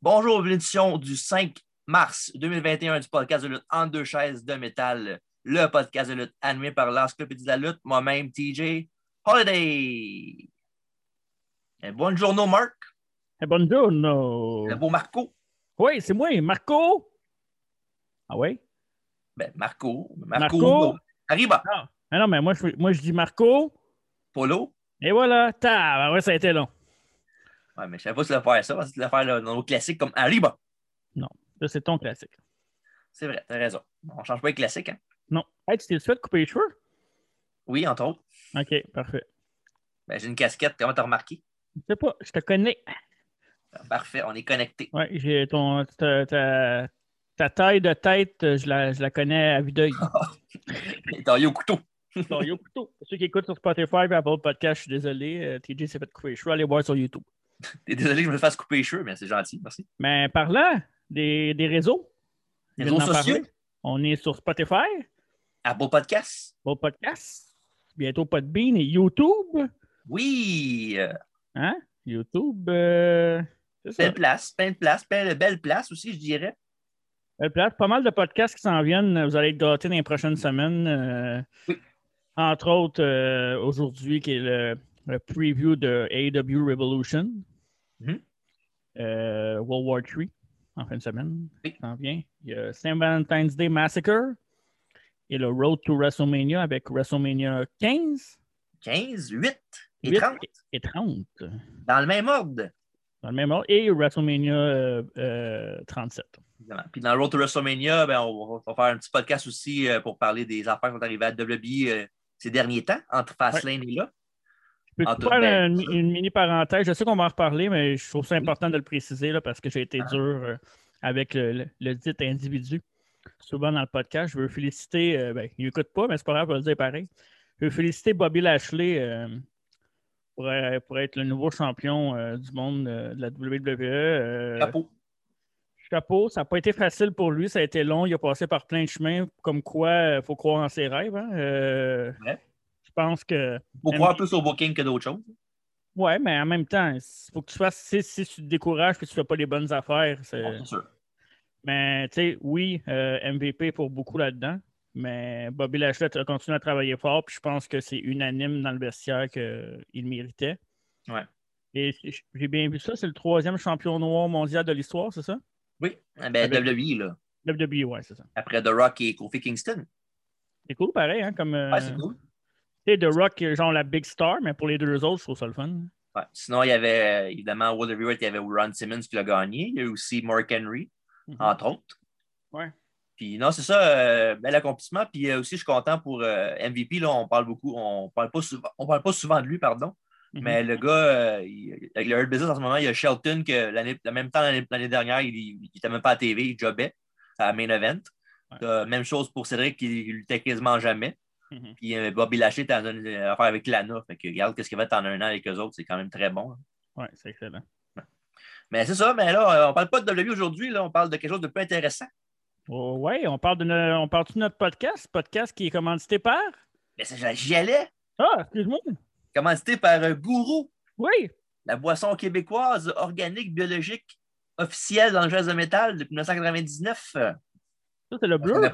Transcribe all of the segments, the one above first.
Bonjour, l'édition du 5 mars 2021 du podcast de lutte en deux chaises de métal, le podcast de lutte animé par l'Encyclopédie de la lutte, moi-même TJ Holiday. Et buongiorno, Marc. Eh, Buongiorno. Le beau Marco. Oui, c'est moi, Marco. Ah oui? Ben, Marco. Marco. Marco. Arriba. Ah non, mais moi je, moi, je dis Marco. Polo. Et voilà. Ta, ouais, ça a été long. Ouais, mais je savais pas si tu faire ça, parce que tu le faire là, dans nos classiques comme Arriba. Là, c'est ton classique. C'est vrai, t'as raison. On change pas les classiques, hein? Non. Hey, tu t'es fait couper les cheveux? Oui, entre autres. OK, parfait. Ben, j'ai une casquette, comment t'as remarqué? Ah, Je sais pas, je te connais. Parfait, on est connecté. Oui, j'ai ton. Ta, ta- ta taille de tête, euh, je la, je la connais à vue d'œil. Taillé au couteau. Ton yo couteau. Pour Ceux qui écoutent sur Spotify et Apple Podcast, je suis désolé. euh, TJ s'est fait couper les cheveux. Allez voir sur YouTube. Et Désolé que je me fasse couper les cheveux, mais c'est gentil, merci. Mais parlant des, des réseaux, Les je viens réseaux d'en sociaux, parler. on est sur Spotify, à beau podcast. Apple Podcast, bientôt Podbean et YouTube. Oui, euh, Hein? YouTube, euh, c'est ça. belle place, plein de place, plein de belles places aussi, je dirais. Belle place. Euh, Pas mal de podcasts qui s'en viennent. Vous allez être gâtés dans les prochaines semaines. euh, Oui. Entre autres, euh, aujourd'hui, qui est le, le preview de AEW Revolution. Mhm. Euh, World War III, en fin de semaine. Oui. Ça s'en vient. Il y a Saint Valentine's Day Massacre. Et le Road to WrestleMania avec WrestleMania 15 15, 8 et Huit. 30, et 30. dans le même ordre. Dans le même ordre. Et WrestleMania euh, euh, 37. évidemment. Puis dans le Road to WrestleMania, ben, on, va- on va faire un petit podcast aussi euh, pour parler des affaires qui sont arrivées à WWE euh, ces derniers temps, entre Fastlane et là. Peux-tu En tout- faire ben, une, ça. Mm-hmm. une mini parenthèse? Je sais qu'on va en reparler, mais je trouve ça important de le préciser là, parce que j'ai été Ah. dur euh, avec le, le- le dit individu. Souvent dans le podcast, je veux féliciter, euh, ben, il n'écoute pas, mais c'est pas grave, je vais le dire pareil. Je veux féliciter Bobby Lashley euh, pour, euh, pour être le nouveau champion euh, du monde euh, de la WWE. euh, Chapeau. chapeau, ça n'a pas été facile pour lui, ça a été long, il a passé par plein de chemins, comme quoi il faut croire en ses rêves. hein. Euh, Ouais. Je pense que Faut croire plus au booking que d'autres choses. Ouais, mais en même temps, il faut que tu fasses. Si, si tu te décourages et que tu ne fais pas les bonnes affaires, c'est- Bon, c'est sûr. mais tu sais, oui, euh, MVP pour beaucoup là-dedans. Mais Bobby Lashley a continué à travailler fort, puis je pense que c'est unanime dans le vestiaire qu'il méritait. Ouais. Et j- j'ai bien vu ça, c'est le troisième champion noir mondial de l'histoire, c'est ça? Oui, Ah, ben, Avec- WWE, là, WWE, ouais, c'est ça. après The Rock et Kofi Kingston. C'est cool, pareil, hein, comme. Ouais, c'est euh, cool. tu sais, The Rock, genre la Big Star, mais pour les deux autres, je trouve ça le fun. Mhm. Ouais. Sinon, il y avait euh, évidemment World Heavyweight, il y avait Ron Simmons qui l'a gagné. Il y a eu aussi Mark Henry, Mhm. entre autres. Ouais. Puis non, c'est ça, euh, bel accomplissement. Puis euh, aussi, je suis content pour euh, MVP. Là, on parle beaucoup, on parle pas souvent, on parle pas souvent de lui, pardon. Mhm. Mais le gars, euh, il- avec le Hurt Business en ce moment, il y a Shelton que l'année, le même temps l'année, l'année dernière, il n'était même pas à TV, il jobait à Main Event. Ouais. Euh, même chose pour Cédric, il, il luttait quasiment jamais. Mhm. Puis euh, Bobby Lashley, t'as une affaire avec Lana. Fait que regarde qu'est-ce qu'il va être en un an avec eux autres, c'est quand même très bon. hein. Ouais, c'est excellent. Mais c'est ça, mais là, euh, on parle pas de WWE aujourd'hui, là, on parle de quelque chose de plus intéressant. Oh, ouais, on parle de no- on parle de notre podcast, podcast qui est commandité par. Mais c'est- j'y allais, Ah, excuse-moi. commandité par un gourou, Oui. la boisson québécoise organique, biologique, officielle dans le jazz de métal depuis 1999. Ça, c'est le bleu.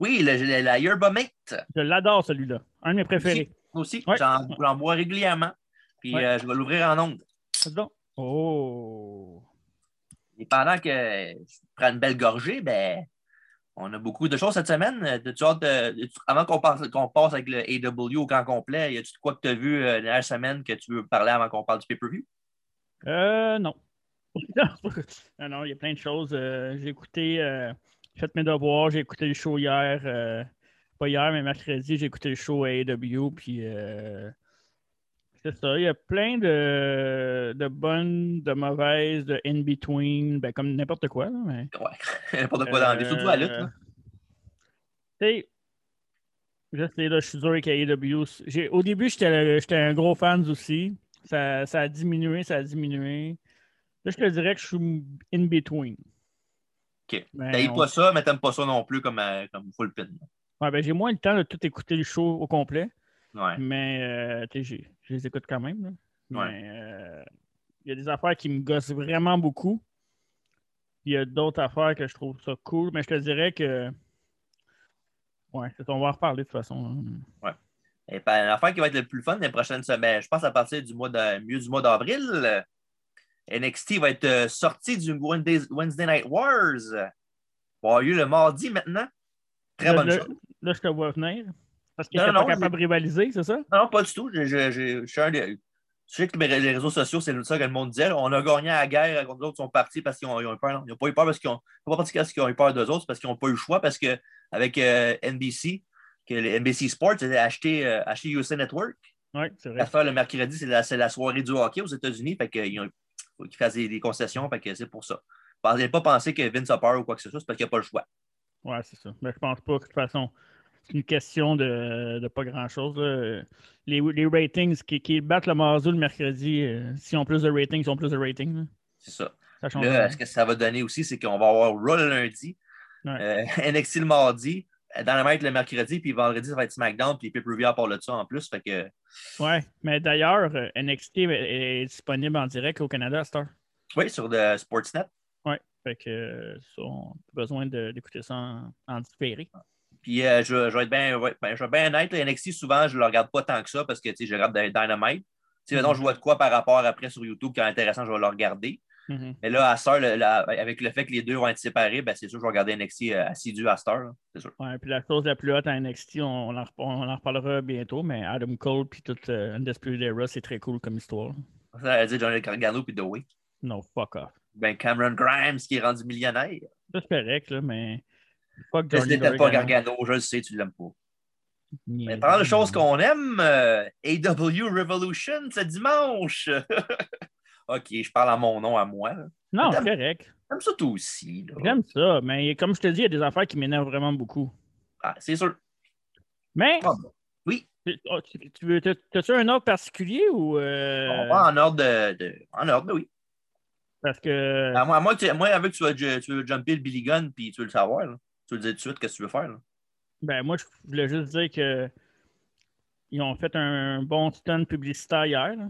Oui, le- le- la Yerba Mate Je l'adore, celui-là. Un de mes préférés. aussi. Ouais. J'en, j'en bois régulièrement. Puis Ouais. euh, je vais l'ouvrir en ondes. Vas-y donc. Oh. Et pendant que je prends une belle gorgée, ben, on a beaucoup de choses cette semaine. Euh, t'as-tu hâte de- de- avant qu'on passe, qu'on passe avec le AW au grand complet, y a-tu de quoi que tu as vu euh, la dernière semaine que tu veux parler avant qu'on parle du pay-per-view? Euh, non. non, non, il y a plein de choses. Euh, j'ai écouté. euh, j'ai fait mes devoirs. J'ai écouté le show hier. euh, pas hier, mais mercredi, j'ai écouté le show à AW. Puis. euh, c'est ça, il y a plein de, de bonnes, de mauvaises, de in-between, ben comme n'importe quoi. là, mais... N'importe quoi dans la vie, surtout à la lutte. Euh, là. Tu sais, je sais, là, je suis dur avec AEW. J'ai- Au début, j'étais j'étais un gros fan aussi. Ça, ça a diminué, ça a diminué. Là, je te dirais que je suis in between. OK. Ben, T'haïs on- pas ça, mais t'aimes pas ça non plus comme, euh, comme full pin. ouais, ben, j'ai moins le temps de tout écouter le show au complet, Ouais. mais euh, tu sais, j'ai- je les écoute quand même. là. Ouais. Mais euh, il y a des affaires qui me gossent vraiment beaucoup. Il y a d'autres affaires que je trouve ça cool, mais je te dirais que. Ouais, c'est- on va en reparler de toute façon. hein. Et ben, l'affaire qui va être le plus fun les prochaines semaines, ben, je pense à partir du mois de, milieu du mois d'avril, euh, NXT va être euh, sorti du Wednesday, Wednesday Night Wars. Va avoir lieu le mardi maintenant. Très Là, bonne là- chose. Là, je te vois venir. Parce qu'il Non, n'était non, pas capable de rivaliser, c'est ça? Non, pas du tout. Je, je- je- je suis un des. Je sais que mes- les réseaux sociaux, c'est ça que le monde disait. On a gagné à la guerre contre d'autres, ils sont partis parce qu'ils ont, ils ont eu peur. Non, ils n'ont pas eu peur parce qu'ils ont. Pas parce qu'ils ont eu peur d'eux autres, c'est parce qu'ils n'ont pas eu le choix, parce que avec euh, NBC, que les NBC Sports avait acheté, euh, acheté USA Network. Oui, c'est vrai. L'affaire le mercredi, c'est la, c'est la soirée du hockey aux États-Unis. Fait qu'ils ont faut qu'ils fassent des, des concessions, fait que c'est pour ça. Pensez pas penser que Vince a peur ou quoi que ce soit, c'est parce qu'il n'a pas le choix. Ouais, c'est ça. Mais je pense pas que de toute façon, c'est une question de, de pas grand-chose. là. Les, les ratings qui, qui battent le Mazou le mercredi, euh, s'ils ont plus de ratings, ils ont plus de ratings. là. C'est ça. Ça change. Là, rien. ce que ça va donner aussi, c'est qu'on va avoir Raw le lundi, Ouais. euh, NXT le mardi, Dynamite le mercredi, puis vendredi, ça va être SmackDown, puis pay-per-view à part le dessus en plus. Fait que, Ouais, mais d'ailleurs, euh, NXT est, est disponible en direct au Canada, Star. oui, sur le Sportsnet. Fait que euh, ça, on a besoin de- d'écouter ça en, en différé. Puis euh, je, je vais être bien ouais, ben, je vais être bien honnête, le NXT, souvent, je ne le regarde pas tant que ça parce que tu sais, je regarde Dynamite. Tu sais, mettons, je vois de quoi par rapport après sur YouTube qui est intéressant, je vais le regarder. Mhm. Mais là, à cette heure, le- la- avec le fait que les deux vont être séparés, ben, c'est sûr que je vais regarder NXT euh, assidu à cette heure, là. C'est sûr. Ouais, puis la chose la plus haute à NXT, on, on en, rep- on en reparlera bientôt, mais Adam Cole puis toute euh, Undisputed Era, c'est très cool comme histoire. Ça veut dire Johnny Gargano puis Dewey. Non, fuck off. Ben Cameron Grimes qui est rendu millionnaire. Ça, c'est correct, là, mais. Fuck Je ne Johnny t'aimes pas Gargano. Gargano, je le sais, tu l'aimes pas. Mais Yeah. parlant de choses qu'on aime, euh, AW Revolution, c'est dimanche. ok, je parle à mon nom, à moi. là. Non, c'est Madame- correct. J'aime ça, toi aussi. là. J'aime ça, mais comme je te dis, il y a des affaires qui m'énervent vraiment beaucoup. Ah, c'est sûr. Mais. Ah, oui. Tu- oh, tu- Tu veux. T'as-tu un ordre particulier ou. euh, On va en ordre de. de- En ordre, ben oui. Parce que. À moi, à moi, que tu- moi, avec tu veux, tu veux jumper le Billy Gunn puis tu veux le savoir. là. Tu veux le dire tout de suite qu'est-ce que tu veux faire. là. Ben, moi, je voulais juste dire que ils ont fait un bon stunt publicitaire hier. là.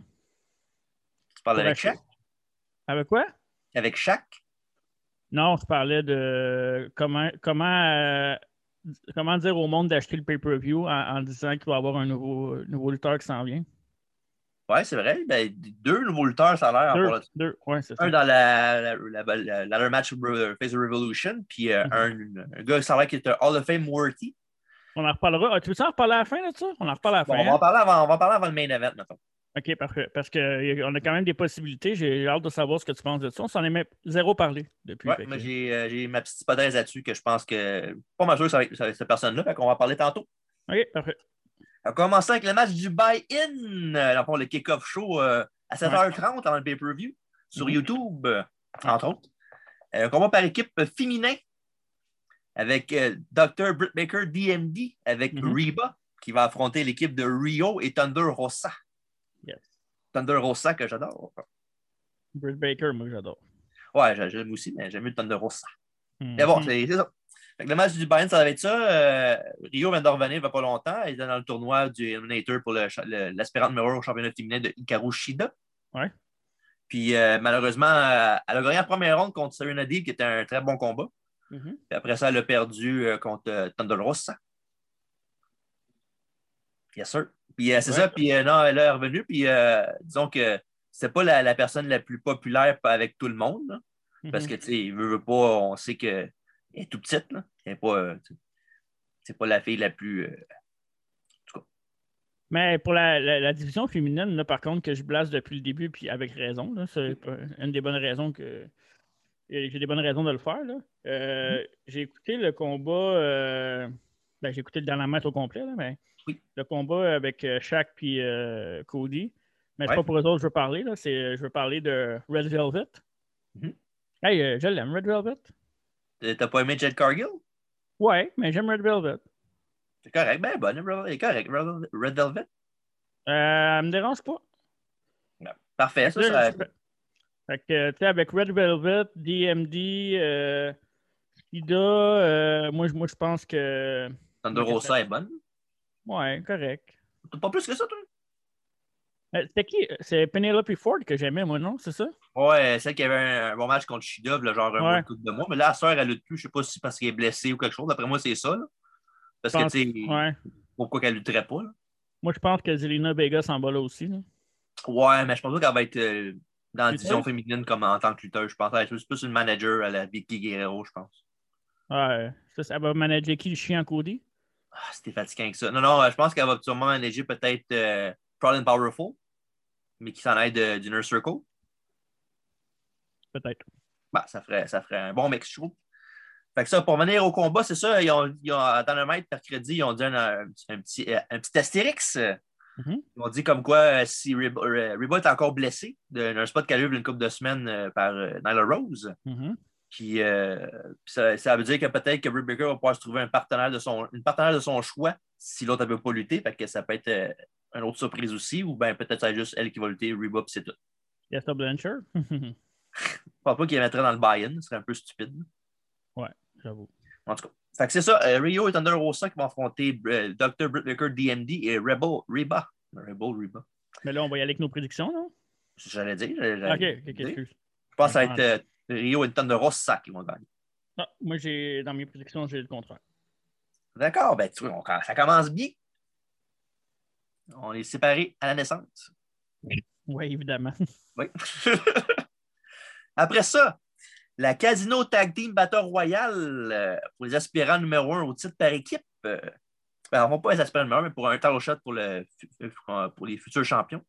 Tu parles avec Correct. Shaq? Avec quoi? Avec Shaq? Non, je parlais de comment comment, euh, comment dire au monde d'acheter le pay-per-view en, en disant qu'il va y avoir un nouveau, nouveau lutteur qui s'en vient. Oui, c'est vrai. Ben, deux nouveaux lutteurs, ça a l'air. Deux, pour le- deux, ouais, c'est ça. Ah, Un dans la, la, la, la- la- le match Re- Face the Revolution, puis euh, Mhm. un, un gars, ça a l'air qui est un Hall of Fame worthy. On en reparlera. Ah, tu veux ça en reparler à la fin de ça? On en reparle à la Bon, fin. on, va en hein? parler avant, on va en parler avant le main event, mettons. OK, parfait. Parce qu'on a quand même des possibilités. J'ai hâte de savoir ce que tu penses de ça. On s'en est même zéro parlé depuis. Ouais, fait moi, que- j'ai euh, j'ai ma petite hypothèse là-dessus que je pense que pas mal sûr que ça va être, ça va être cette personne-là, fait qu'on va en parler tantôt. OK, parfait. On commence avec le match du buy-in, euh, dans le fond, le kick-off show euh, à 7h30 avant le pay-per-view sur Mhm. YouTube, euh, entre autres. Euh, combat par équipe féminin avec euh, Dr. Britt Baker DMD avec Mhm. Reba qui va affronter l'équipe de Rio et Thunder Rosa. Yes. Thunder Rosa que j'adore. Britt Baker, moi, j'adore. Ouais, j'a- j'aime aussi, mais j'aime mieux Thunder Rosa. Mais bon, Mhm. c'est c'est ça. Fait que le match du Bayern, ça va être ça. Euh, Rio vient de revenir il n'y a pas longtemps. Il était dans le tournoi du Eliminator pour le cha- le- l'aspirant numéro un au championnat féminin de Hikaru Shida. Ouais. Puis euh, malheureusement, euh, elle a gagné la première ronde contre Serena Deeb, qui était un très bon combat. Mhm. Puis après ça, elle a perdu euh, contre euh, Thunder Rosa. Yes, sir. Puis euh, c'est Ouais. ça. Puis euh, non, elle est revenue. Puis euh, disons que c'est pas la, la personne la plus populaire avec tout le monde. là. Parce Mhm. que, tu sais, il veut, veut pas, on sait qu'elle est tout petite, là. Elle est pas, euh, tu sais, c'est pas la fille la plus. euh, Mais pour la, la- la division féminine, là, par contre, que je blasse depuis le début, puis avec raison, là, Mm. c'est pas- une des bonnes raisons que. et J'ai des bonnes raisons de le faire. là. Mm-hmm. Euh, J'ai écouté le combat. euh, ben, J'ai écouté le dernier match au complet, là, mais Oui. le combat avec euh, Shaq puis euh, Cody. Mais c'est Ouais. pas pour eux autres que je veux parler. là, c'est, euh, Je veux parler de Red Velvet. Mhm. Hey, euh, je l'aime, Red Velvet. euh, t'as- T'as pas aimé Jed Cargill? Ouais, mais j'aime Red Velvet. C'est correct, ben bonne, Red- elle est correct. Red Red Velvet. Euh, elle me dérange pas. Parfait, ça, ça- Là, je- Fait que, tu sais, avec Red Velvet, DMD, euh, Ida, euh, moi, je- moi, je pense que. Thunder Rosa est bonne. Ouais, correct. T'as Pas plus que ça, toi? Euh, C'était qui? C'est Penelope Ford que j'aimais, moi, non? C'est ça? Ouais, celle qui avait un, un bon match contre Shidov, genre un Ouais. mois, couple de mois. Mais là, la sœur, elle lutte plus. Je sais pas si c'est parce qu'elle est blessée ou quelque chose. D'après moi, c'est ça. là. Parce que, Pense- tu sais, Ouais. pourquoi qu'elle lutterait pas? là? Moi, je pense que Zelina Vega s'en va là aussi. là. Ouais, mais je pense pas qu'elle va être euh, dans la division Lutteuse? féminine comme en tant que lutteuse. Je pense qu'elle est plus une manager à la Vicky Guerrero, je pense. Ouais. Ça, ça va manager qui? Le chien Cody? Ah, c'était fatiguant que ça. Non, non, euh, je pense qu'elle va sûrement manager peut-être euh, Proud and Powerful, mais qui s'en aide euh, du Nurse Circle. Peut-être. Bah, ça, ferait, ça ferait un bon mix, je trouve. Fait que ça, pour venir au combat, c'est ça, ils ont, ils ont- dans le maître mercredi, ils ont dit un, un petit- un petit, euh, un petit astérix. Mhm. Ils ont dit comme quoi euh, si Reba, euh, Reba est encore blessée d'un d'un spot qu'elle a eu une couple de semaines euh, par euh, Nyla Rose. Mhm. Puis, euh, puis ça, ça veut dire que peut-être que Britt Baker va pouvoir se trouver un partenaire de son, une partenaire de son choix si l'autre ne veut pas lutter. Fait que ça peut être euh, une autre surprise aussi, ou bien peut-être c'est juste elle qui va lutter, Reba, puis c'est tout. Yasta Blanchard? Je pense pas qu'il la mettrait dans le buy-in, ce serait un peu stupide. J'avoue. En tout cas. Fait que c'est ça. euh, Rio et Thunder Rosa qui vont affronter euh, Dr. Britt Baker, DMD et Rebel Reba. Rebel Reba. Mais là, on va y aller avec nos prédictions, non? C'est ce que J'allais dire. j'allais- Ok, j'allais ok, ok, dire. excuse. Je pense que ça va être euh, Rio et Thunder Rosa qui vont gagner. Ah, moi, j'ai dans mes prédictions, j'ai le contraire. D'accord, ben tu vois, on- ça commence bien. On est séparés à la naissance. Oui, évidemment. Oui. Après ça, la Casino Tag Team Battle Royale euh, pour les aspirants numéro un au titre par équipe. Euh, ben, on va pas les aspirants numéro un, mais pour un title shot pour, le, fu- euh, pour les futurs champions.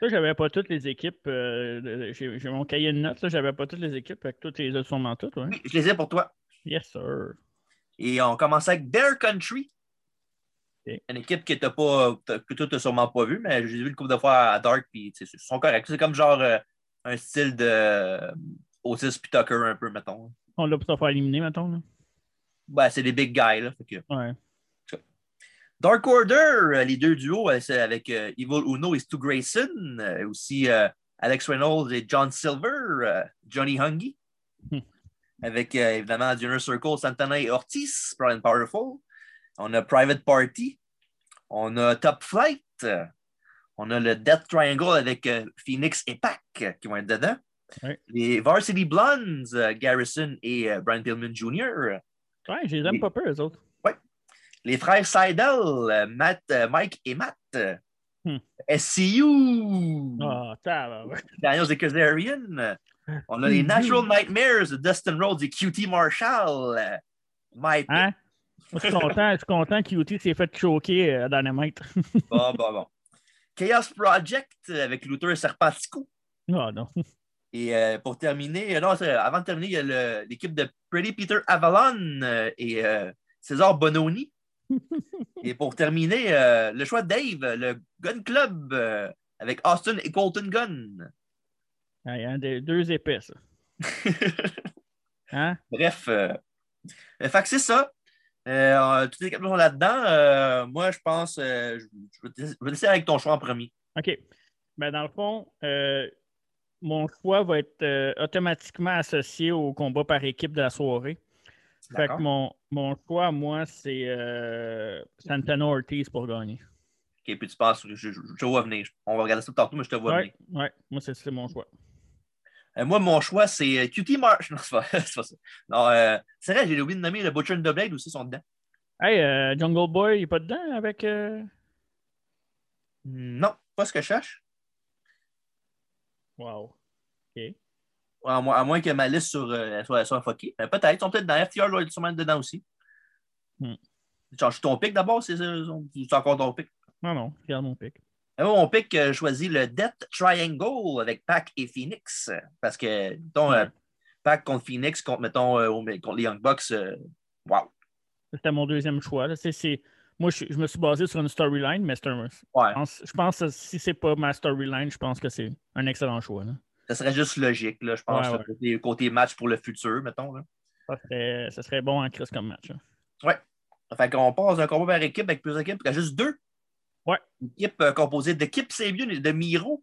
Ça, j'avais pas toutes les équipes. euh, de- j'ai j'ai mon cahier de notes, là, j'avais pas toutes les équipes, avec toutes les autres sûrement toutes, ouais. Oui, je les ai pour toi. Yes, sir. Et on commence avec Bear Country. Ok. Une équipe que t'as pas, t'as- que toi, t'as sûrement pas vu, mais j'ai vu une couple de fois à Dark, puis tu sais, ils sont corrects. C'est comme genre euh, un style de euh, Otis puis Tucker un peu, mettons. On l'a pour se faire éliminer, mettons. Là. Ben, c'est des big guys, là. Fait que Ouais. Dark Order, euh, les deux duos euh, c'est avec euh, Evil Uno et Stu Grayson, euh, et aussi euh, Alex Reynolds et John Silver, euh, Johnny Hungy, Hmm. avec euh, évidemment du Inner Circle, Santana et Ortiz, Proud and Powerful. On a Private Party, on a Top Flight, euh, on a le Death Triangle avec euh, Phoenix et Pac euh, qui vont être dedans. Ouais. Les Varsity Blondes, euh, Garrison et euh, Brian Pillman Jr. Ouais, je les aime Oui. pas peu, eux autres. Les frères Seidel, euh, Matt, euh, Mike et Matt. euh, Hmm. SCU, Ah, t'as. ouais. Daniels et Kazarian. euh, On a les Mhm. Natural Nightmares de Dustin Rhodes et QT Marshall. euh, Mike. Hein? Moi, je suis content, je suis content qu'UT s'est fait choquer euh, à Dynamite. Bon, bon, bon. Chaos Project euh, avec Luther et Serpentico. Ah non. Et euh, pour terminer, euh, non, c'est- avant de terminer, il y a le- l'équipe de Pretty Peter Avalon euh, et euh, César Bononi. et pour terminer, euh, le choix de Dave, le Gun Club euh, avec Austin et Colton Gunn. Ouais, hein, des- deux épais, ça. Hein? Bref, euh, euh, fait que c'est ça. Euh, euh, toutes les équipes sont là-dedans. Euh, moi, je pense, euh, je, je vais te- je vais te laisser avec ton choix en premier. OK. Ben, dans le fond, euh, mon choix va être euh, automatiquement associé au combat par équipe de la soirée. Fait D'accord? que mon, mon choix, moi, c'est euh, Santana Ortiz pour gagner. Ok, puis tu passes, je, je- je te vois venir. On va regarder ça tantôt, mais je te vois Ouais, venir. ouais, moi, c'est c'est mon choix. Euh, moi, mon choix, c'est euh, QT Marsh. Non, c'est pas, c'est pas ça. Non, euh, c'est vrai, j'ai oublié de nommer le Butcher and the Blade aussi, ils sont dedans. Hey, euh, Jungle Boy, il est pas dedans avec. euh, Non, pas ce que je cherche. Wow. À, moins- à moins que ma liste sur, euh, soit, soit fuckée. Mais peut-être, ils sont peut-être dans FTR, là, ils sont même dedans aussi. Hmm. Tu changes ton pic d'abord, c'est c'est encore ton pic. Non, non, je garde mon pic. Et moi, mon pick, euh, je choisis le Death Triangle avec Pac et Phoenix. euh, Parce que, mettons, euh, Pac contre Phoenix, contre, mettons, euh, au- contre les Young Bucks, euh, wow. C'était mon deuxième choix. là. C'est- c'est- Moi, je, je me suis basé sur une storyline, mais c'est un- Ouais, je pense, je pense que si c'est pas ma storyline, je pense que c'est un excellent choix. là. ça serait juste logique, là, je pense, Ouais, le ouais. Côté, côté match pour le futur, mettons. Là. Ça serait, ça serait bon en crise comme match. hein. Fait qu'on passe d'un combat par équipe avec plusieurs équipes, il y a juste deux. Ouais. Une équipe euh, composée de Kip Sabian et de Miro.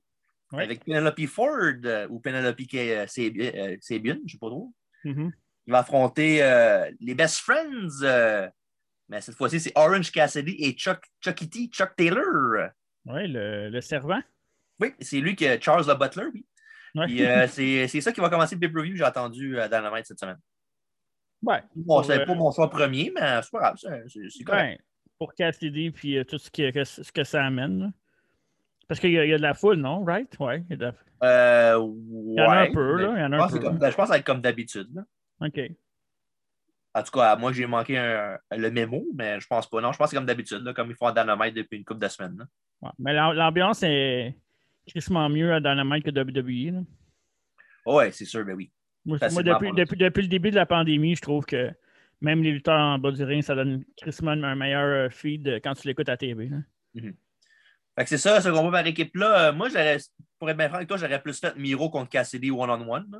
Ouais. Avec Penelope Ford euh, ou Penelope K- Sabian, euh, Sabian, je ne sais pas trop. Mhm. Il va affronter euh, les Best Friends. euh, mais cette fois-ci, c'est Orange Cassidy et Chuck, Chuck E. T, Chuck Taylor. Ouais, le, le servant. Oui, c'est lui qui est Charles le Butler, oui. Ouais. Puis, euh, c'est c'est ça qui va commencer le pay-per-view, j'ai entendu euh, dans la main cette semaine. Ouais. Bon, Pour, c'est euh, pas mon choix premier, mais c'est pas grave, c'est c'est- c'est correct. Ben, pour Cassidy puis euh, tout ce, qui, que- ce que ça amène. là. Parce qu'il y, a- il y a de la foule, non? Right? Ouais. il y a de la- Euh, Il y en a ouais, un peu, mais là. Il y en Je a pense, un que peu. c'est comme- ben, je pense que ça va être comme d'habitude. là. OK. En tout cas, moi, j'ai manqué un- le mémo, mais je pense pas. Non, je pense que c'est comme d'habitude, là, comme ils font à Dynamite depuis une couple de semaines. là. Ouais. Mais l'am- l'ambiance est crissement mieux euh, à Dynamite que WWE. là. Ouais, c'est sûr, ben oui. Moi, Facilement moi, depuis, pour le- depuis- depuis le début de la pandémie, je trouve que même les lutteurs en bas du ring, ça donne crissement un meilleur euh, feed euh, quand tu l'écoutes à TV. là. Fait que c'est ça, ce combat par équipe-là. Euh, moi, j'aurais- pour être bien franc avec toi, j'aurais plus fait Miro contre Cassidy one-on-one. là.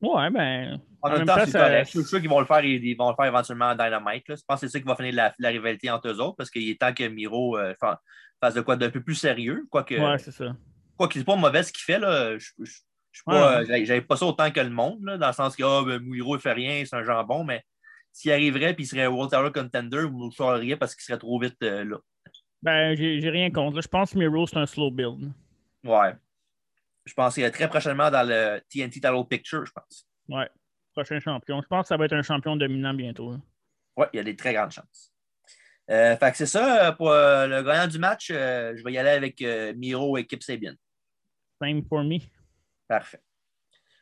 Ouais, ben. En, En même même temps, temps, c'est ça- correct. Je suis sûr qu'ils vont le faire, ils ils vont le faire éventuellement à Dynamite. là. Je pense que c'est ça qui va finir la, la rivalité entre eux autres parce qu'il est temps que Miro euh, fa- fasse de quoi d'un peu plus sérieux. Quoique, Ouais, c'est ça. quoi qu'il n'est pas mauvais ce qu'il fait, là, je je- je suis pas, euh, j'avais- j'avais pas ça autant que le monde, là, dans le sens que ah, ben, Miro, il fait rien, c'est un jambon, mais s'il arriverait puis il serait World Tower Contender, vous ne le sauriez parce qu'il serait trop vite euh, là. Ben, j'ai j'ai rien contre. là. Je pense que Miro, c'est un slow build. Ouais. Je pense qu'il est très prochainement dans le TNT Title Picture, je pense. Prochain champion. Je pense que ça va être un champion dominant bientôt. là. Ouais, il y a des très grandes chances. Euh, fait que c'est ça, euh, pour euh, le gagnant du match, euh, je vais y aller avec euh, Miro et Kip Sabian. Same for me. Parfait.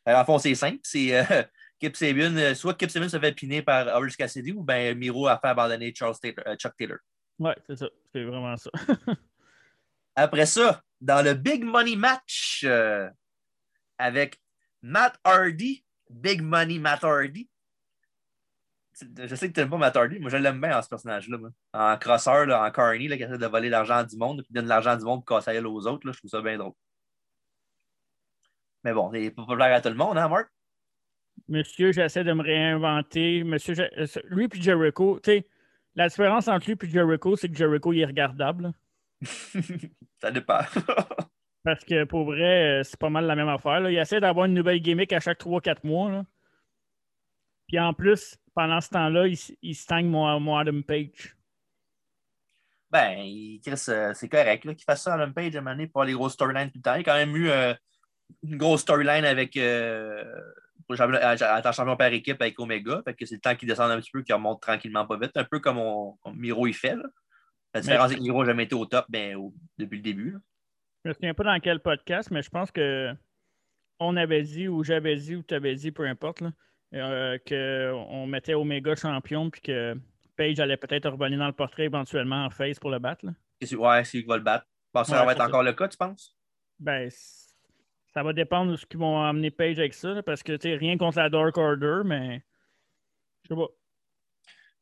Alors, en fond, c'est simple. C'est euh, Kip Sabian, euh, soit Kip Sabian se fait piner par Orange Cassidy ou ben Miro a fait abandonner Charles Taylor- euh, Chuck Taylor. Ouais, c'est ça. C'est vraiment ça. Après ça, dans le Big Money Match euh, avec Matt Hardy, Big Money Matt Hardy. C'est- Je sais que tu n'aimes pas Matt Hardy, moi je l'aime bien en ce personnage-là. moi. En crosseur, là, en carny, là, qui essaie de voler l'argent du monde, puis donne l'argent du monde pour casser la gueule aux autres. là. je trouve ça bien drôle. Mais bon, il n'est pas populaire à tout le monde, hein, Mark? Monsieur, j'essaie de me réinventer. Monsieur, je- euh, ce- lui puis Jericho, tu sais, la différence entre lui puis Jericho, c'est que Jericho, il est regardable. là. ça dépend. Parce que pour vrai, euh, c'est pas mal la même affaire. là. Il essaie d'avoir une nouvelle gimmick à chaque 3-4 mois. là. Puis en plus, pendant ce temps-là, il, s- il stagne mon, mon Adam Page. ben, il- Chris, euh, c'est correct là, qu'il fasse ça à Rampage à un moment donné pour les grosses storylines tout le temps. Il y a quand même eu euh, une grosse storyline avec euh, pour le champion- euh, en tant que champion par équipe avec Omega. Fait que c'est le temps qu'il descende un petit peu, qu'il remonte tranquillement pas vite. Un peu comme, on- comme Miro il fait. Là. La différence, c'est que Miro n'a jamais été au top ben, au- depuis le début. là. Je me souviens pas dans quel podcast, mais je pense que on avait dit, ou j'avais dit, ou tu avais dit, peu importe, là, euh, que on mettait Omega champion, puis que Page allait peut-être revenir dans le portrait éventuellement en face pour le battre. là. Et c'est- Ouais, c'est lui qui va le battre. Bon, ça Ouais, va être c'est encore le cas, tu penses? Ben, c- ça va dépendre de ce qu'ils vont amener Page avec ça, là, parce que tu sais, rien contre la Dark Order, mais je sais pas.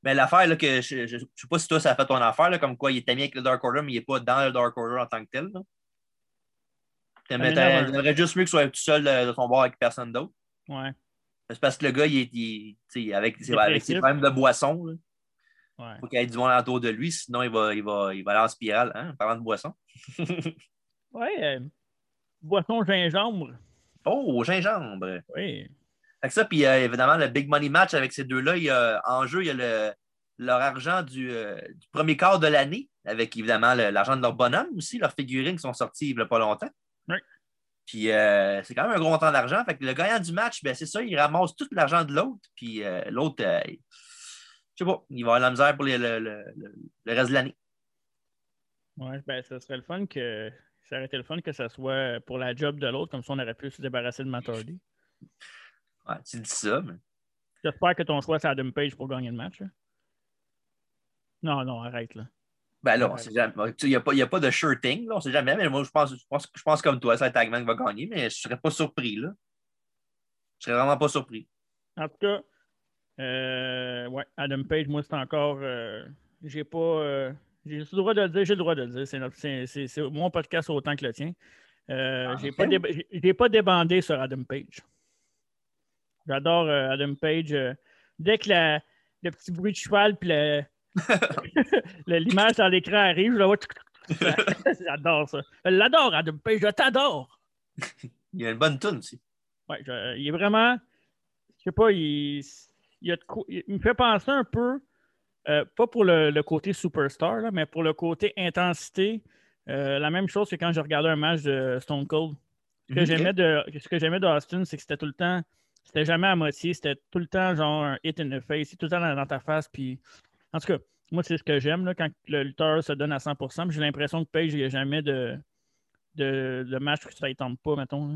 Mais l'affaire, là, que je ne sais pas si toi, ça a fait ton affaire, là, comme quoi il est ami avec le Dark Order, mais il n'est pas dans le Dark Order en tant que tel. là. T'aimerais Ça m'énerve. t'aimerais juste mieux qu'il soit tout seul euh, de son bord avec personne d'autre. Ouais, C'est parce que le gars, il est il- tu sais, avec, c'est- avec ses Dépressif. problèmes de boisson. là. ouais. faut qu'il y ait du monde autour de lui, sinon il va, il va, il va aller en spirale, hein, en parlant de boisson. Ouais, euh, boisson gingembre. oh, gingembre! Oui. Fait que ça, puis euh, évidemment, le Big Money Match avec ces deux-là, il y a- en jeu, il y a le- leur argent du, euh, du premier quart de l'année, avec évidemment le- l'argent de leur bonhomme aussi, leurs figurines qui sont sorties il n'y a pas longtemps. Oui. Puis euh, c'est quand même un gros montant d'argent. Fait que le gagnant du match, ben, c'est ça, il ramasse tout l'argent de l'autre, puis euh, l'autre, euh, il- je sais pas, il va avoir de la misère pour les- le, le- le- le reste de l'année. Ouais, ben, ça serait le fun que. Ça aurait été le fun que ça soit pour la job de l'autre, comme ça on aurait pu se débarrasser de Matardy. Ouais, tu dis ça, mais. J'espère que ton choix, c'est Adam Page pour gagner le match. là. Non, non, arrête là. Ben là, on Ouais. sait jamais. Tu sais, Il n'y a, pas- il y a pas de sure thing, là, on sait jamais, mais moi, je pense, je pense, je pense comme toi, c'est un tagman qui va gagner, mais je ne serais pas surpris, là. Je serais vraiment pas surpris. En tout cas, euh, ouais, Adam Page, moi, c'est encore. euh, j'ai pas. euh, j'ai le droit de le dire, j'ai le droit de le dire. C'est notre- C'est c'est- c'est mon podcast autant que le tien. Euh, Ah, j'ai ok. pas, déba- j'ai- j'ai pas débandé sur Adam Page. J'adore euh, Adam Page. euh, dès que la- le petit bruit de cheval puis le- le- l'image dans l'écran arrive, je la vois. tuc, tuc, tuc, tuc. J'adore ça. Je l'adore, Adam Page, je t'adore. Il y a une bonne toune aussi. Ouais, je- euh, il est vraiment. Je sais pas, il, il, a de quoi- il me fait penser un peu, euh, pas pour le, le côté superstar, là, mais pour le côté intensité, Euh, la même chose que quand je regardais un match de Stone Cold. Ce que Ok. j'aimais de ce que j'aimais d'Austin, c'est que c'était tout le temps, c'était jamais à moitié, c'était tout le temps genre un hit in the face, c'est tout le temps dans, dans ta face. Puis, en tout cas, moi, c'est ce que j'aime là, quand le lutteur se donne à 100%. puis J'ai l'impression que Page, il n'y a jamais de, de, de match que ça ne tombe pas, mettons. là.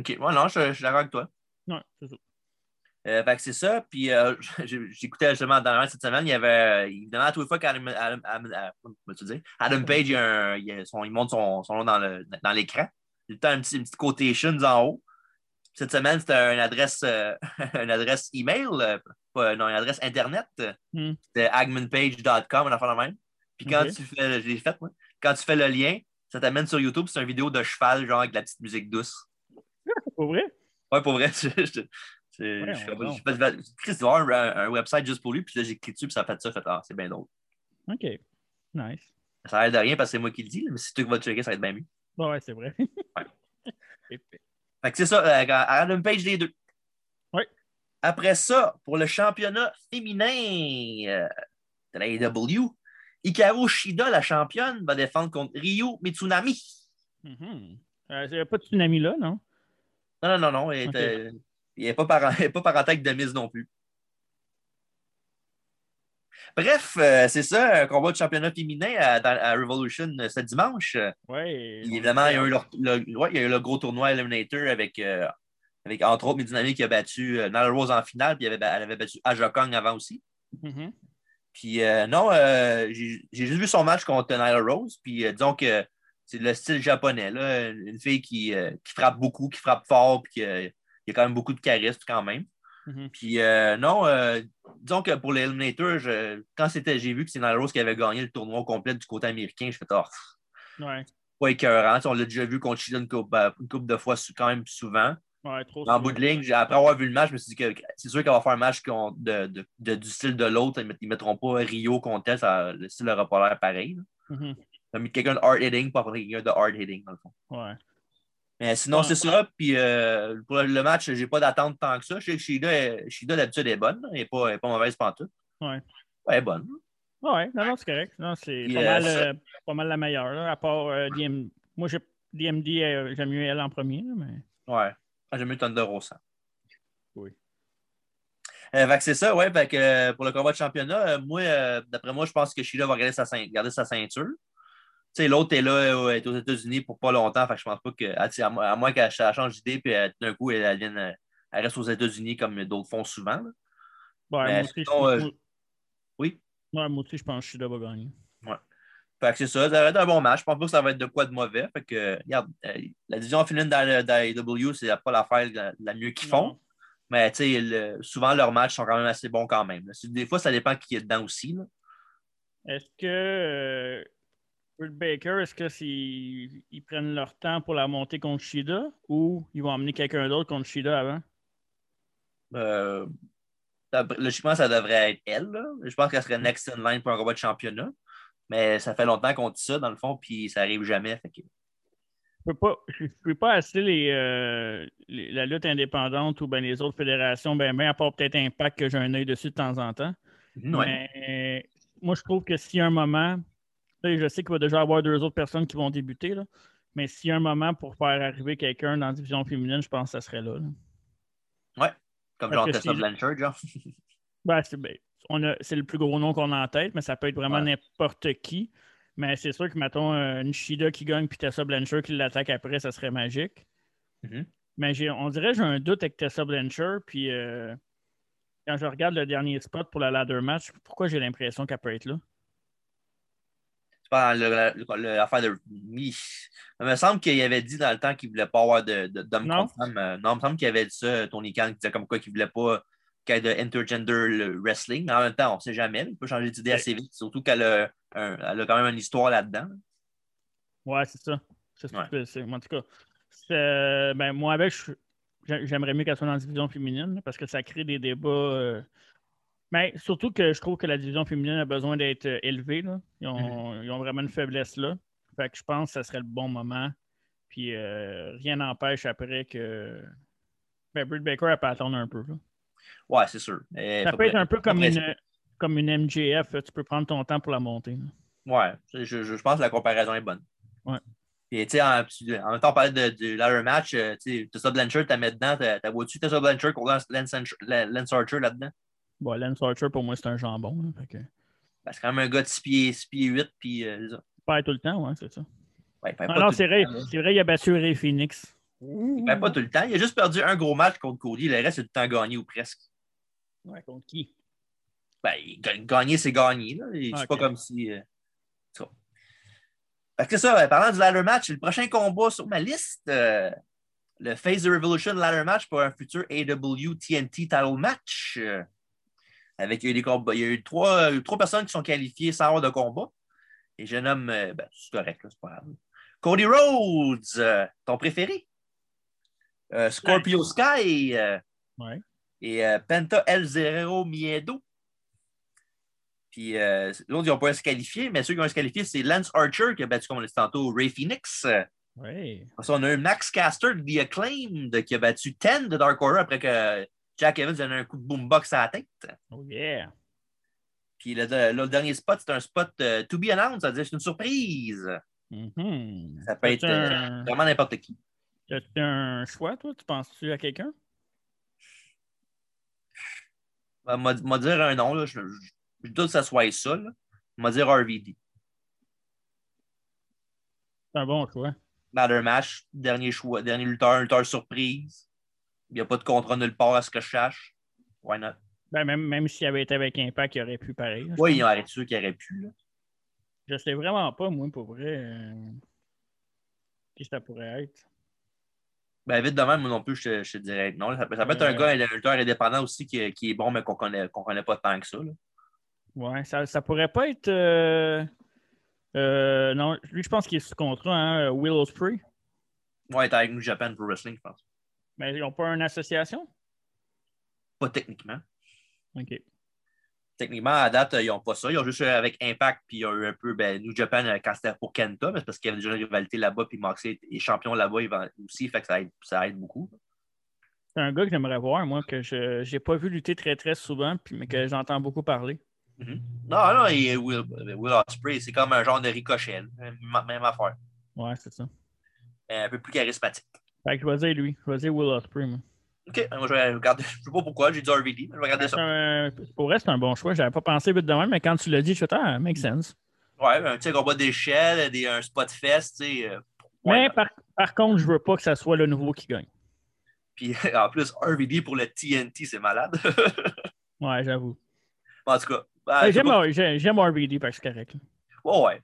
OK. Moi, non, je, je suis d'accord avec toi. Ouais, c'est ça. Euh, fait que c'est ça. Puis euh, j'ai- j'écoutais justement dans le cette semaine, il y avait, euh, évidemment, à tous les fois qu'Adam Adam, Adam- euh, comment tu dis? Adam Page, il, y a un- il y a son- il monte son, son nom dans le- dans l'écran. il y a tout le temps une petite, une petite quotation en haut. Cette semaine, c'était une adresse, euh, une adresse email, euh, pas- non, une adresse Internet. euh, Hmm. C'était agmanpage.com, on a fait la même. Puis quand Ok. tu fais, le- je l'ai fait, moi. quand tu fais le lien, ça t'amène sur YouTube, c'est une vidéo de cheval, genre avec de la petite musique douce. Pour vrai? Ouais, pour vrai, je, je, je, je, Ouais, je, on je- je- je- Chris doit avoir un, un website juste pour lui, puis là, j'ai cliqué dessus, puis ça fait ça, fait ah, c'est bien drôle. OK. Nice. Ça a l'air de rien parce que c'est moi qui le dis, là, mais si tu vas le checker, ça va être bien mieux. Bon, ouais, c'est vrai. Épais. Fait que c'est ça, euh, Adam Page des deux. Oui. Après ça, pour le championnat féminin euh, de la AEW, Hikaru Shida, la championne, va défendre contre Ryu Mitsunami. Mhm. Euh, Il n'y a pas de tsunami là, non? Non, non, non, non, elle Ok. était- il n'est pas, par... il est pas parenté avec Demise non plus. Bref, euh, c'est ça, un combat de championnat féminin à, dans- à Revolution euh, ce dimanche. Euh, Ouais. puis évidemment, il y a eu leur- le, ouais, il y a eu le gros tournoi Eliminator avec, euh, avec entre autres, Midinami qui a battu euh, Nala Rose en finale, puis elle avait, elle avait battu Aja Kong avant aussi. Mhm. Puis euh, non, euh, j'ai j'ai juste vu son match contre Nyla Rose. Puis euh, disons que c'est le style japonais, là, une fille qui, euh, qui frappe beaucoup, qui frappe fort, puis qu'il y a quand même beaucoup de charisme quand même. Mhm. Puis euh, non, euh, disons que pour l'Eliminator, je- quand c'était, j'ai vu que c'est Nyla Rose qui avait gagné le tournoi au complet du côté américain, je fais oh, pff, Ouais. pas écœurant. Tu sais, On l'a déjà vu contre Chile une couple, euh, une couple de fois sou- quand même souvent. Ouais, trop En souvent. bout de ligne, j'ai- après avoir vu le match, je me suis dit que c'est sûr qu'elle va faire un match qu'on- de- de- de- du style de l'autre. Ils ne mettront pas Rio contre elle, ça- le style n'aura pas l'air pareil. là. Mhm. Ils ont mis quelqu'un de hard hitting, pas quelqu'un de hard hitting, dans le fond. Ouais. Mais sinon, Ouais. c'est ça. Puis euh, pour le match, j'ai pas d'attente tant que ça. Je sais que Shida, elle- Shida d'habitude, est bonne. Elle n'est pas, elle est pas mauvaise pantoute. Ouais. Elle est bonne. Ouais, non, non, c'est correct. Non, c'est Puis, pas, euh, mal, ça- euh, pas mal la meilleure, là, à part euh, DM. Moi, j'ai DMD, euh, j'aime mieux elle en premier, là, mais. Ouais. Ah, J'aime mieux Thunder Rosa. Oui. Euh, fait que c'est ça, ouais. Fait que, euh, pour le combat de championnat, euh, moi, euh, d'après moi, je pense que Sheila va garder sa, ceint- garder sa ceinture. Tu sais, l'autre est là, euh, elle est aux États-Unis pour pas longtemps. Fait que je pense pas que, à, à mo- à moins qu'elle ch- elle change d'idée, puis euh, tout d'un coup, elle, elle vienne, euh, elle reste aux États-Unis comme d'autres font souvent. là. Ouais, Mais moi aussi, sinon, je- euh, moi- oui? Ouais, moi aussi, je pense que Shida va gagner. Fait que c'est ça, ça va être un bon match. Je pense pas que ça va être de quoi de mauvais. Fait que, euh, regarde, euh, la division féminine dans, le- dans AEW, c'est pas l'affaire la, la mieux qu'ils font. Non. Mais tu sais, le- souvent leurs matchs sont quand même assez bons quand même. là. C'est- Des fois, ça dépend qui est dedans aussi. là. Est-ce que euh, Britt Baker, est-ce que s'ils ils prennent leur temps pour la monter contre Shida ou ils vont emmener quelqu'un d'autre contre Shida avant? Euh, ça- logiquement, ça devrait être elle. là. Je pense qu'elle serait next in line pour un combat de championnat. Mais ça fait longtemps qu'on dit ça, dans le fond, puis ça arrive jamais. Fait que- Je peux pas, je, je suis pas assez les, euh, les- la lutte indépendante ou ben les autres fédérations, ben, ben à part peut-être Impact que j'ai un œil dessus de temps en temps. Ouais. Mais moi, je trouve que si un moment, là, je sais qu'il va déjà y avoir deux autres personnes qui vont débuter, là, mais s'il y a un moment pour faire arriver quelqu'un dans la division féminine, je pense que ça serait là. là. Comme parce genre que Tessa si- Blanchard, genre. Ben, c'est ben, on a- c'est le plus gros nom qu'on a en tête, mais ça peut être vraiment Ouais. n'importe qui. Mais c'est sûr que, mettons, euh, une Shida qui gagne puis Tessa Blanchard qui l'attaque après, ça serait magique. Mhm. Mais j'ai- on dirait que j'ai un doute avec Tessa Blanchard. Puis euh, quand je regarde le dernier spot pour la ladder match, pourquoi j'ai l'impression qu'elle peut être là? C'est pas le- le- le- l'affaire de Mi. Il me semble qu'il avait dit dans le temps qu'il ne voulait pas avoir de- de- d'homme Non. contre femme. Euh, Non, il me semble qu'il avait dit ça, Tony Khan, qui disait comme quoi qu'il ne voulait pas qu'il y ait de intergender le wrestling. Mais en même temps, on ne sait jamais. Il peut changer d'idée Ouais. assez vite, surtout qu'elle a, un- elle a quand même une histoire là-dedans. Ouais, c'est ça. C'est ça Ouais. que c'est. En tout cas, c'est- ben, moi, avec, je- j'a- j'aimerais mieux qu'elle soit dans la division féminine là, parce que ça crée des débats. euh, Mais surtout que je trouve que la division féminine a besoin d'être euh, élevée. là. Ils, ont, Mm-hmm. ils ont vraiment une faiblesse là. Fait que je pense que ça serait le bon moment. Puis euh, rien n'empêche après que. Ben, Britt Baker, elle peut attendre un peu. là. Ouais, c'est sûr. Elle est Ça pas peut être prête. un peu comme Après, une, comme une MJF. Tu peux prendre ton temps pour la monter. là. Ouais, je, je- je pense que la comparaison est bonne. Ouais. Puis, tu sais, en, tu- en même temps, on parlait de, du ladder match. euh, tu sais, Tessa Blanchard, t'as mis dedans. T'as t'as vois-tu Tessa Blanchard contre Lance- Lance Archer- Lance Archer là-dedans? Bon, Lance Archer, pour moi, c'est un jambon. hein, fait que- Ben, c'est quand même un gars de 6 pieds, 6 pieds 8. Puis, euh, c'est ça. Perd tout le temps, ouais, c'est ça. Ouais, il perd Ah, pas Non, Ah non, tout le c'est vrai, temps, là. c'est vrai, il a battu Ray Phoenix. Il perd pas tout le temps. Il a juste perdu un gros match contre Cody. Le reste, c'est tout le temps gagné ou presque. Ouais, contre qui? Ben, il gagne- gagner, c'est gagner. Là. Et C'est Ok. pas comme si. euh, en tout cas. Fait que c'est ça, euh, parlant du ladder match, le prochain combat sur ma liste, euh, le Phase the Revolution ladder match pour un futur AW TNT title match. euh, avec il y a eu des combats. Il y a eu trois, euh, trois personnes qui sont qualifiées sans avoir de combat. Et je nomme, euh, ben, c'est correct, là, c'est pas grave. Cody Rhodes, euh, ton préféré. Euh, Scorpio Sky. euh, Ouais. Et euh, Penta El Zero Miedo. Puis euh, l'autre, ils n'ont pas se qualifier, mais ceux qui ont se qualifier, c'est Lance Archer qui a battu, comme on l'a dit tantôt, Ray Phoenix. Euh, Ouais. après ça, on a eu Max Caster, de The Acclaimed, qui a battu 10 de Dark Order après que Jack Evans a donné un coup de boombox à la tête. Oh yeah. Puis le, le- le dernier spot, c'est un spot euh, to be announced, c'est-à-dire c'est une surprise. Mhm. Ça peut être C'est euh, un... vraiment n'importe qui. t'as-tu un choix, toi? Tu penses-tu à quelqu'un? On va Euh, dire un nom, là, je, je- je doute que ça soit ça. là. On va dire RVD. C'est un bon choix. Ladder match, dernier choix, dernier lutteur, lutteur surprise. Il n'y a pas de contrat nulle part à ce que je cherche. Why not? Ben, même même s'il avait été avec Impact, il aurait pu pareil. là, je Oui, pense. il y en aurait ceux qui auraient pu. là. Je sais vraiment pas, moi, pour vrai. euh, Qui ça pourrait être? Ben, vite de même, moi non plus, je, je te dirais non. là. Ça peut, ça peut être un Euh. gars, un lutteur indépendant aussi qui, qui est bon, mais qu'on connaît, qu'on connaît pas tant que ça. là. Ouais, ça, ça pourrait pas être. euh, euh, non, lui, je pense qu'il est sous contrat, hein, Will Ospreay. Ouais, il est avec New Japan Pro Wrestling, je pense. Mais Ben, ils n'ont pas une association? Pas techniquement. OK. Techniquement, à date, euh, ils n'ont pas ça. Ils ont juste euh, avec Impact, puis il y a eu un peu ben, New Japan euh, quand c'était pour Kenta, mais c'est parce qu'il y avait déjà une rivalité là-bas, puis Moxley est champion là-bas il va- aussi, fait que ça aide, ça aide beaucoup. C'est un gars que j'aimerais voir, moi, que je n'ai pas vu lutter très, très souvent, puis, mais Mm. que j'entends beaucoup parler. Mhm. Non, non, et Will, Will Ospreay, c'est comme un genre de ricochet, là. même, même affaire, Ouais, c'est ça. mais un peu plus charismatique. Fait que je vais dire lui. Je vais dire Will Ospreay, moi. Ok, moi je vais regarder, je sais pas pourquoi, j'ai dit RVD, mais je vais regarder C'est ça. un- pour vrai, c'est un bon choix. J'avais pas pensé vite de même, mais quand tu l'as dit, je suis ah, make sense. Ouais, un petit combat d'échelle, des- un spot fest, tu sais. euh, Mais ouais. par, par contre, je veux pas que ça soit le nouveau qui gagne. Puis en plus, RVD pour le TNT, c'est malade. Ouais, j'avoue. en tout cas, ben, je Ouais, sais J'aime pas- j'ai- j'aime RVD parce que c'est correct. là. Ouais, ouais.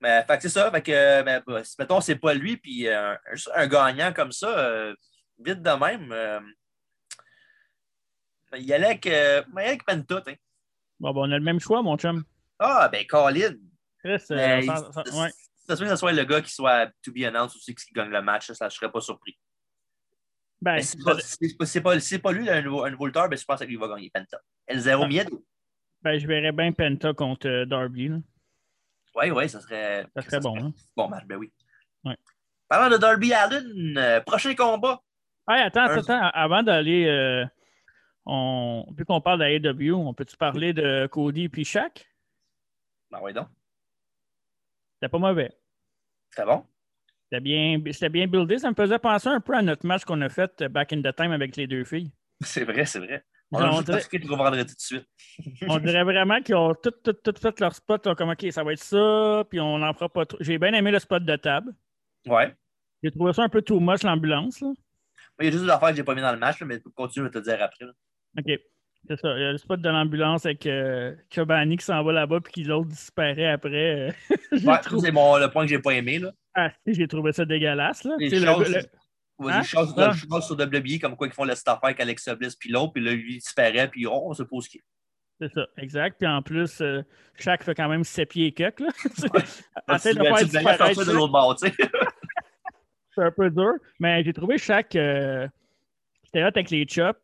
Mais fait que c'est ça, fait que, euh, ben, bah, si, mettons, c'est pas lui, puis euh, un- juste un gagnant comme ça, euh, vite de même, euh, il y allait avec, euh, il y allait avec Penta, hein. Bon, ben, on a le même choix, mon chum. Ah, ben, Colin. Chris, euh, Ben, sans- sans- ouais. Ça se peut que ce soit le gars qui soit to be announced aussi qui gagne le match, ça, je serais pas surpris. Ben, Mais si c'est pas, si c'est pas, si c'est pas lui un nouveau, un nouveau lutteur, ben, je pense que lui va gagner Penta. El Zero Ouais. Miedo. ben, je verrais bien Penta contre euh, Darby. là. Oui, oui, ça serait. Ça serait bon. Hein? Bon match, ben oui. Ouais. Parlant de Darby Allen, euh, prochain combat. Hey, attends, Un- attends, attends, avant d'aller. euh, on... Vu qu'on parle d'AEW, on peut-tu parler de Cody puis Shaq? Ben oui, donc. C'était pas mauvais. Très bon. C'était bien, c'était bien buildé. Ça me faisait penser un peu à notre match qu'on a fait euh, back in the time avec les deux filles. C'est vrai, c'est vrai. On Genre, a on, juste dirait, profité pour vendredi tout de suite. on dirait vraiment qu'ils ont tout, tout, tout fait leur spot. Ils ont comme, OK, ça va être ça, puis on n'en fera pas trop. J'ai bien aimé le spot de table. Ouais. J'ai trouvé ça un peu too much, l'ambulance. là. Il y a juste des affaires que j'ai pas mis dans le match, là, mais continue, je vais te le dire après. là. OK. C'est ça. Il y a le spot de l'ambulance avec euh, Chobani qui s'en va là-bas puis qui l'autre disparaît après. euh, j'ai Ouais, ça, trouvé- c'est mon, le point que j'ai pas aimé. Là. Ah, si, j'ai trouvé ça dégueulasse. Là. Les Tu sais, le choses- gars- le- Ouais, Hein? des choses Ah. de, choses sur WWE, comme quoi ils font le stuff avec Alexa Bliss puis l'autre, puis là, lui, il disparaît, puis oh, on se pose qui. C'est ça, exact. Puis en plus, euh, chaque fait quand même sept pieds et quelques. Là. Essaye Tu de faire devrais sortir disparaître de ça. l'autre bord, tu sais. C'est un peu dur. Mais j'ai trouvé chaque. Euh, J'étais hot avec les chops.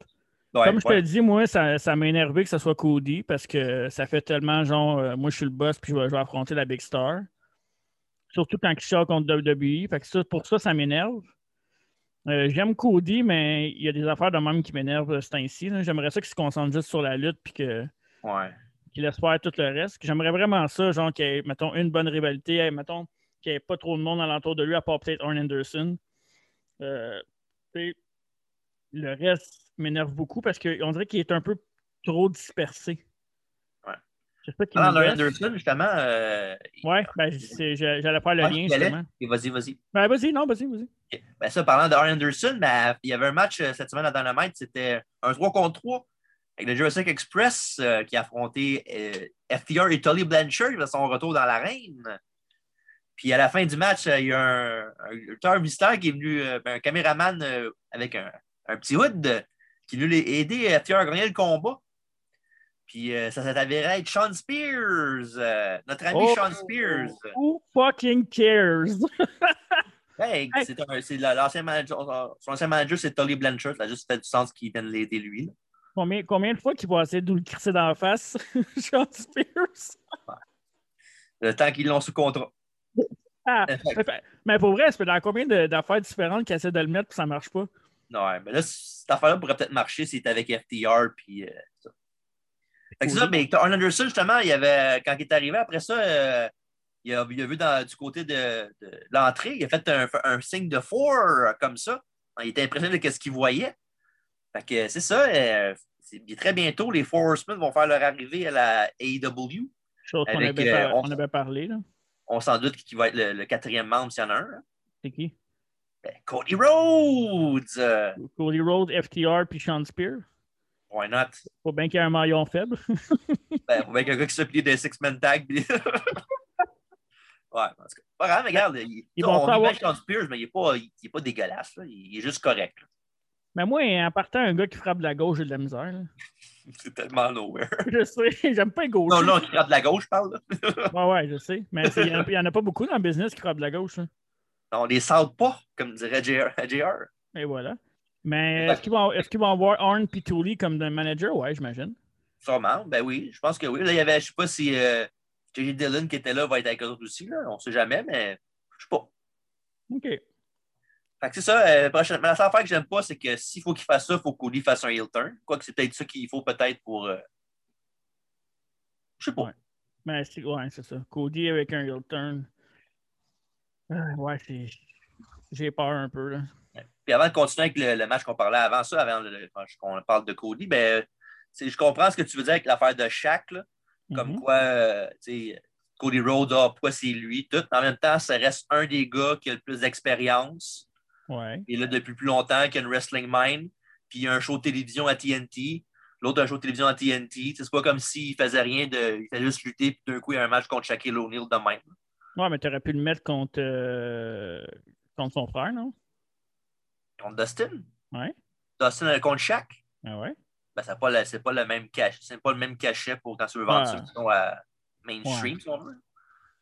Ouais, Comme je ouais. te dis, moi, ça, ça m'a énervé que ça soit Cody parce que ça fait tellement genre, euh, moi, je suis le boss puis je vais, je vais affronter la Big Star. Surtout quand il sort contre WWE. Fait que ça, pour ça, ça m'énerve. Euh, J'aime Cody, mais il y a des affaires de même qui m'énervent euh, ce temps-ci. là. J'aimerais ça qu'il se concentre juste sur la lutte puis que- Ouais. qu'il laisse faire tout le reste. J'aimerais vraiment ça, genre, qu'il y ait, mettons, une bonne rivalité. Hey, mettons, qu'il n'y avait pas trop de monde alentour de lui, à part peut-être Arn Anderson. Euh, tu sais, le reste m'énerve beaucoup parce qu'on dirait qu'il est un peu trop dispersé. Ouais. Je sais pas qui Alors, me Lauren gosse. Anderson, justement. euh, il- Ouais, ben, c'est- j'a- j'allais faire le Ouais, lien, Ah, tu y allais? justement. Et vas-y, vas-y. Ben, vas-y, non, vas-y, vas-y. Ok. Ben ça, parlant d'Arn Anderson, ben, il y avait un match euh, cette semaine à Dynamite, c'était un 3 contre 3 avec le Jurassic Express euh, qui a affronté euh, FTR et Tully Blanchard à son retour dans l'arène. Puis à la fin du match, euh, il y a un, un lutteur mystère qui est venu, euh, ben, un caméraman euh, avec un, un petit hood euh, qui est venu les- aider FTR à gagner le combat. Puis euh, ça s'est avéré être Sean Spears, euh, notre ami Oh! Sean Spears. Who fucking cares? Hey, Hey. c'est un- c'est la- l'ancien manager, son ancien manager, c'est Tully Blanchard. Ça a juste fait du sens qu'il vienne l'aider, lui. là. Combien, combien de fois qu'il va essayer de nous le crisser dans la face, Sean Spears? Le temps qu'ils l'ont sous contrat. Ah, Fait que, mais, mais pour vrai, ça fait dans combien de- d'affaires différentes qu'il essaie de le mettre et ça marche pas? non, ouais, mais là, c- cette affaire-là pourrait peut-être marcher s'il était avec FTR. Puis, euh, ça. Fait que c'est ça, mais Arn Anderson, justement, il avait, quand il est arrivé après ça, euh, il, a, il a vu dans- du côté de, de l'entrée, il a fait un, un signe de four euh, comme ça. Il était impressionné de ce qu'il voyait. Fait que euh, c'est ça. euh, c'est- très bientôt, les Four Horsemen vont faire leur arrivée à la E AEW. Chose qu'on Avec, avait, euh, par- on- on avait parlé, là. on s'en doute qui va être le, le quatrième membre s'il y en a un. hein. C'est qui? Ben, Cody Rhodes! euh, Cody Rhodes, FTR puis Sean Spears. why not? Faut bien qu'il y ait un maillon faible. Ben, on va avec un gars qui se plie des six-man tag. puis- ouais, en tout cas. Pas grave, mais regarde. Il, Ils vont on pas imagine Sean avoir- Spears, mais il n'est pas, il, il est pas dégueulasse. là. Il, il est juste correct. là. Mais moi, en partant, un gars qui frappe de la gauche, j'ai de la misère. là. C'est tellement nowhere. Je sais, j'aime pas les gauchers. Non, non, qui frappe de la gauche, je parle. là. Ouais, ouais, je sais. Mais c'est- il y en a- il n'y en, a pas beaucoup dans le business qui frappent de la gauche. hein. Non, on les saute pas, comme dirait JR. JR. Et voilà. Mais est-ce qu'ils vont, est qu'ils vont avoir Arn et Tully comme de manager? Ouais, j'imagine. Sûrement. Ben oui, je pense que oui. Là, il y avait, je ne sais pas si euh, J.J. Dillon qui était là va être avec eux autres aussi. Là. On ne sait jamais, mais je ne sais pas. OK. Fait que c'est ça, euh, prochaine- mais la seule affaire que j'aime pas, c'est que s'il faut qu'il fasse ça, il faut qu'Oli fasse un heel turn. Quoique c'est peut-être ça qu'il faut peut-être pour. euh, Je sais pas. Ouais. Mais c'est ouais, c'est ça. Cody avec un heel turn. Ah, ouais, c'est. J'ai peur un peu. Là. Puis avant de continuer avec le, le match qu'on parlait avant ça, avant le- le- qu'on parle de Cody, ben, euh, c'est- je comprends ce que tu veux dire avec l'affaire de Shaq, là, comme Mhm. quoi euh, tu sais, Cody Rhodes, ah, pourquoi c'est lui, tout. En même temps, ça reste un des gars qui a le plus d'expérience. Ouais. Il est là depuis plus longtemps, qui a une wrestling mind, puis il y a un show de télévision à TNT. L'autre a un show de télévision à TNT. Tu sais, C'est pas comme s'il faisait rien de. Il faisait juste lutter, puis d'un coup, il y a un match contre Shaquille O'Neal de même. Ouais, mais t'aurais pu le mettre contre, euh, contre son frère, non? Contre Dustin. Ouais. Dustin euh, contre Shaq. Ah ouais. Ben, c'est pas, le- c'est pas le même cachet. C'est pas le même cachet pour quand tu veux vendre Ouais. ça disons, à mainstream, si on veut.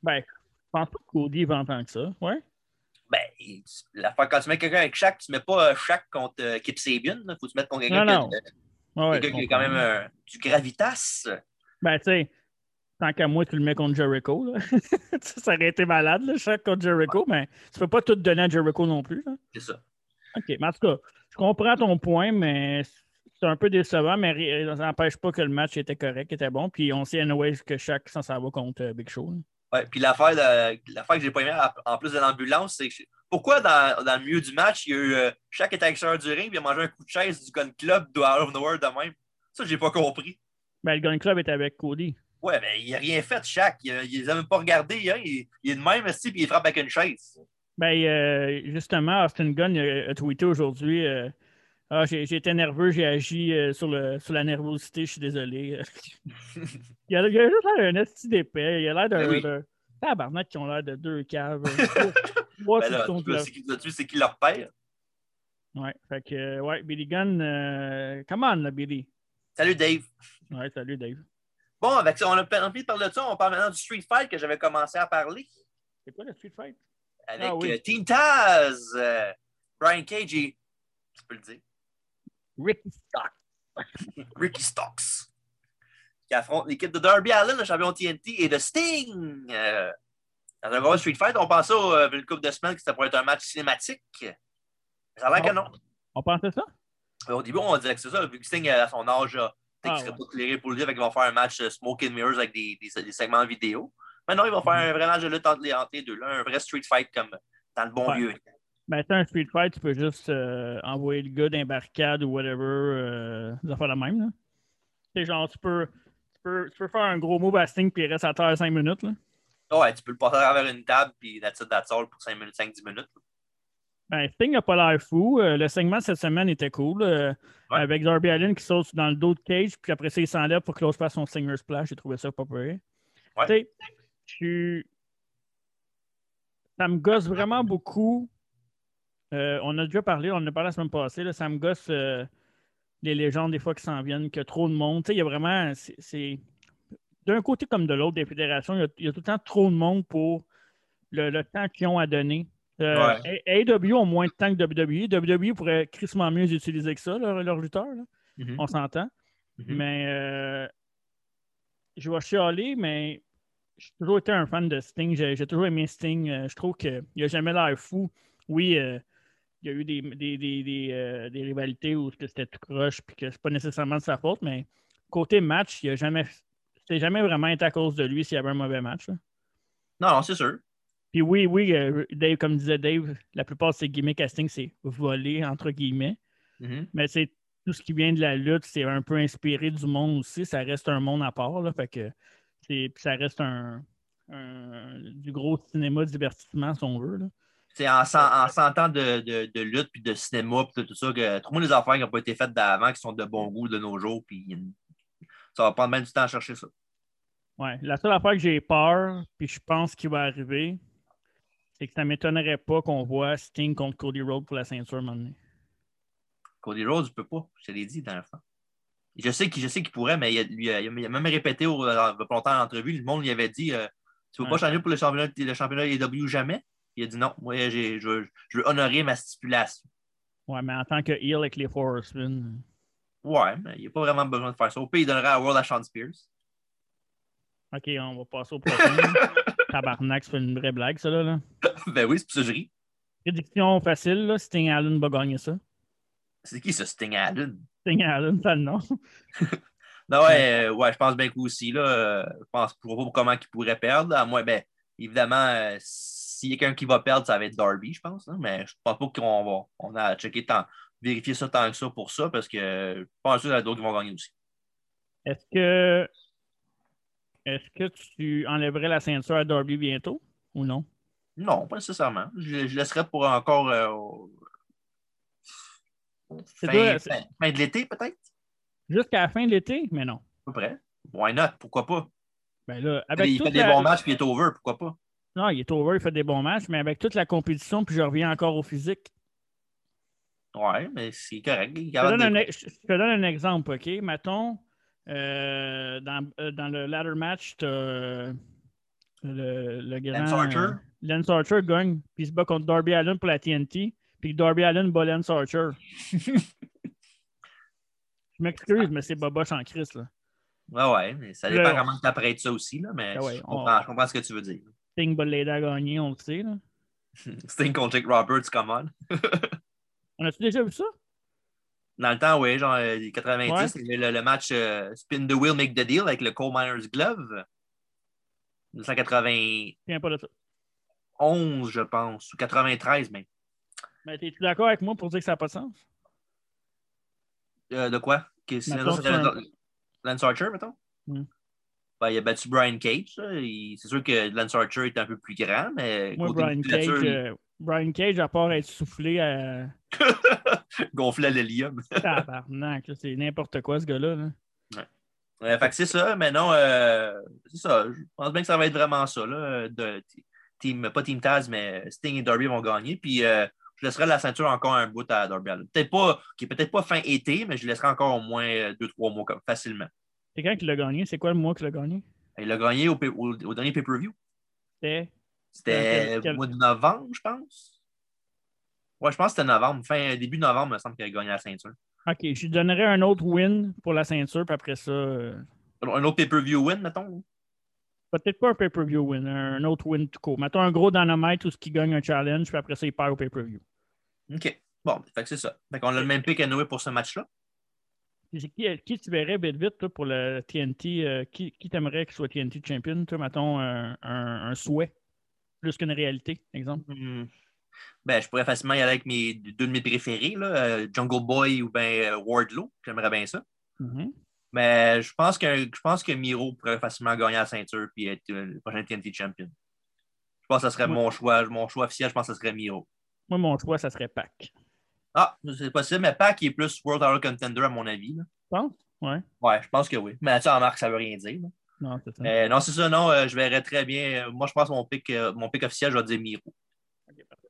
Ben, je pense pas que Cody va en tant que ça. Ouais. Ben, il- la fois quand tu mets quelqu'un avec Shaq, tu mets pas euh, Shaq contre euh, Kip Sabian. Il Faut que tu mettes contre quelqu'un Non, qui a- non. Ouais, ouais, quelqu'un je qui a quand comprends. même euh, du gravitas. Ben, tu sais, tant qu'à moi, tu le mets contre Jericho. Là. Tu sais, ça aurait été malade, là, chaque contre Jericho, mais tu peux pas tout donner à Jericho non plus. là. C'est ça. OK, mais en tout cas, je comprends ton point, mais c'est un peu décevant, mais ri- ça n'empêche pas que le match était correct, était bon. Puis on sait, anyway, que chaque s'en s'en va contre euh, Big Show. là. Ouais, puis l'affaire, de- l'affaire que j'ai pas aimé à- en plus de l'ambulance, c'est que je- pourquoi dans, dans le milieu du match, il y a eu euh, Shaq était à l'extérieur du ring puis il a mangé un coup de chaise du Gun Club de Out of Nowhere de même. Ça, j'ai pas compris. Ben, le Gun Club est avec Cody. Ouais, mais il a rien fait, Shaq. Il, a- il les a même pas regardés. hein. Il, il est de même, aussi, puis il frappe avec une chaise. Ben, euh, justement, Austin Gunn a, a tweeté aujourd'hui euh, Ah, j'ai j'ai été nerveux, j'ai agi euh, sur, le, sur la nervosité, je suis désolé. il, a, il a juste l'air d'un esti d'épais. Il a l'air d'un. Ben oui. d'un- Tabarnak, qui ont l'air de deux caves. euh, trois Ben qui là, sont tu vois, là. c'est qui- là-dessus, c'est qui leur père. Ouais, fait que, euh, ouais, Billy Gunn, euh, come on, là, Billy. Salut, Dave. Ouais, salut, Dave. Bon, avec ça, on a envie de parler de ça. On parle maintenant du Street Fight que j'avais commencé à parler C'est quoi la Street Fight? avec Ah oui. euh, Team Taz, euh, Brian Cage et. Tu peux le dire. Ricky Stark. Ricky Stocks, qui affronte l'équipe de Darby Allen, le champion TNT, et de Sting. Euh, dans un gros Street Fight, on pensait au, euh, une couple de semaines que ça pourrait être un match cinématique. Mais ça a l'air que non. On pensait ça? Euh, Au début, on disait que c'est ça, vu que Sting, euh, à son âge, euh, peut-être Ah, qu'il serait ouais. pas éclairé pour le dire, fait qu'ils vont faire un match euh, Smoke and Mirrors avec des, des- des segments vidéo. Maintenant, ils vont Mm-hmm. faire un vrai match de lutte entre les, entre les deux, là, un vrai street fight comme dans le bon Ouais. vieux. Ben, tu sais, un street fight, tu peux juste euh, envoyer le gars d'embarcade ou whatever, euh, des affaires la même. Là. Tu sais, genre, tu peux, tu, peux, tu peux faire un gros mot basting puis il reste à terre 5 minutes. Là. Ah Ouais, tu peux le passer à travers une table, puis that's it, that's all pour 5 minutes, 5-10 minutes. Ben, Sting n'a pas l'air fou. Euh, le segment cette semaine était cool. euh, Ouais. Avec Darby Allin qui saute dans le dos de Cage, puis après ça, il s'enlève pour que l'autre fasse son Stinger Splash. J'ai trouvé ça pas pire. Ouais. Tu sais, je suis- Ça me gosse vraiment beaucoup. Euh, on a déjà parlé, on en a parlé la semaine passée. là, ça me gosse euh, les légendes des fois qui s'en viennent, qu'il y a trop de monde. Tu sais, il y a vraiment. c'est- C'est. D'un côté comme de l'autre des fédérations, il y a- il y, a tout le temps trop de monde pour le, le temps qu'ils ont à donner. Euh, A- AEW ont moins de temps que E. WWE. WWE pourrait crissement mieux utiliser que ça, leur, leur lutteur. là. Mhm. On s'entend. Mhm. Mais euh, je vais chialer, mais j'ai toujours été un fan de Sting. J'ai j'ai toujours aimé Sting. Euh, je trouve qu'il n'a jamais l'air fou. Oui, euh, il y a eu des, des, des- des, euh, des rivalités où que c'était tout croche puis que c'est pas nécessairement de sa faute, mais côté match, il a jamais. C'était jamais vraiment été à cause de lui s'il y avait un mauvais match. là. Non, non, c'est sûr. Puis oui, oui, euh, Dave, comme disait Dave, la plupart de ses gimmicks casting, c'est volé, entre guillemets. Mhm. Mais c'est tout ce qui vient de la lutte, c'est un peu inspiré du monde aussi. Ça reste un monde à part. Là, fait que c'est, puis ça reste un, un- du gros cinéma divertissement, si on veut. là. C'est en 100 en 100 ans de, de- de lutte, puis de cinéma, puis de tout ça, que trouve-moi des affaires qui n'ont pas été faites d'avant, qui sont de bon goût de nos jours, puis ça va prendre même du temps à chercher ça. Ouais. La seule affaire que j'ai peur, puis je pense qu'il va arriver, c'est que ça m'étonnerait pas qu'on voit Sting contre Cody Rhodes pour la ceinture maintenant. Cody Rhodes, il peut pas, je te l'ai dit dans fois. Je sais qu'il je sais qu'il pourrait, mais il a, lui, euh, il a- il a même répété au, dans- pas longtemps en entrevue, le monde lui avait dit euh, Tu veux pas Ouais. changer pour le championnat, le championnat AEW jamais Il a dit non, moi j'ai- je veux, je veux honorer ma stipulation. Ouais, mais en tant que heel avec les Four Horsemen, Ouais, mais il n'y a pas vraiment besoin de faire ça. Au pire, il donnerait à World à Sean Spears. OK, on va passer au prochain. Tabarnak, c'est une vraie blague, ça, là. là. ben oui, c'est pour ça que je ris. Prédiction facile, là, Sting Allen va gagner ça. C'est qui ce Sting à la lune? Sting Allen, ça, non. Non, ouais, euh, ouais, je pense bien que aussi, là, euh, je pense je vois pas comment il pourrait perdre. À moins, ben, évidemment, euh, s'il y a quelqu'un qui va perdre, ça va être Darby, je pense. hein, mais je pense pas qu'on va on a checké tant, vérifier ça tant que ça pour ça, parce que euh, je pense qu'il y en a d'autres qui vont gagner aussi. Est-ce que est-ce que tu enlèverais la ceinture à Darby bientôt ou non? Non, pas nécessairement. Je, je laisserai pour encore euh, au- C'est fin, toi, fin- fin de l'été, peut-être? Jusqu'à la fin de l'été? Mais non. À peu près. Why not? Pourquoi pas? Ben là, avec il fait toute des la- bons matchs puis il est over, pourquoi pas? Non, il est over, il fait des bons matchs, mais avec toute la compétition, puis je reviens encore au physique. Ouais, mais c'est correct. il est Je te, capable donne de- un, ex- je te donne un exemple, OK? Mettons, euh, dans, euh, dans le ladder match, tu le, le grand... Lance Archer? euh, Lance Archer gagne, puis il se bat contre Darby Allen pour la TNT, puis Darby Allen bat Lance Archer. Je m'excuse, mais c'est boboche en crise, là. Ouais, ouais, mais ça Là, dépend on- comment tu apprêtes ça aussi, là, mais Ah ouais, je, on- comprends, je comprends ce que tu veux dire. Sting va l'aider à gagner, on le sait, là. Sting contre Jake Roberts, come on. On a-tu déjà vu ça? Dans le temps, oui, genre euh, 90, Ouais. il y avait le, le match euh, Spin the Wheel, Make the Deal avec le Coal Miner's Glove. 1991, Je viens pas de ça. je pense, ou 93 même. Mais t'es-tu d'accord avec moi pour dire que ça n'a pas de sens? Euh, de quoi? Que, si Mettons Lance- que c'est un- Lance Archer, mettons? Hmm. Ben, il a battu Brian Cage. là. Il- C'est sûr que Lance Archer est un peu plus grand, mais Moi, côté Brian Cage, musculature, il euh, Brian Cage, à part être soufflé à euh, gonflait l'hélium. tabarnak, là, c'est n'importe quoi, ce gars-là. là. Euh, fait que c'est ça, mais non, euh, c'est ça. Je pense bien que ça va être vraiment ça. Là, euh, de, team, pas Team Taz, mais Sting et Darby vont gagner. Puis euh, je laisserai la ceinture encore un bout à Darby Allin. Peut-être pas, qui est peut-être pas fin été, mais je laisserai encore au moins 2-3 mois comme, facilement. C'est quand qu'il l'a gagné? C'est quoi le mois qu'il l'a gagné? Il a gagné au, pay- au- au dernier pay-per-view. C'était. C'était Euh, Quel- quel- au mois de novembre, je pense. Ouais, je pense que c'était novembre. Fin, début novembre, il me semble qu'il a gagné la ceinture. Ok, je lui donnerais un autre win pour la ceinture, puis après ça. euh, Un autre pay-per-view win, mettons. Peut-être pas un pay-per-view win, un autre win tout court. Mettons un gros dynamite où ce qui gagne un challenge, puis après ça, il perd au pay-per-view. OK. Bon, fait que c'est ça. Fait qu'on a le même pick à Noé pour ce match-là. C'est Qui, qui tu verrais vite vite toi, pour le TNT? euh, qui qui t'aimerais qu'il soit TNT champion? Toi, mettons un, un- un souhait plus qu'une réalité, exemple. Hmm. Ben, je pourrais facilement y aller avec mes, deux de mes préférés, là, euh, Jungle Boy ou ben, euh, Wardlow. J'aimerais bien ça. Mhm. Mais je pense que je pense que Miro pourrait facilement gagner la ceinture puis être euh, le prochain TNT champion. Je pense que ce serait Ouais. mon choix. Mon choix officiel, je pense que ce serait Miro. Moi, mon choix, ça serait Pac. Ah, c'est possible, mais Pac est plus World Title Contender à mon avis. là. Penses? Ouais. Ouais, je pense que oui. Mais ça, en marque, ça veut rien dire. là. Non, c'est ça. Mais non, c'est ça, non, euh, je verrais très bien. euh, moi, je pense que mon pic, euh, mon pic officiel, je vais dire Miro. Ok, parfait.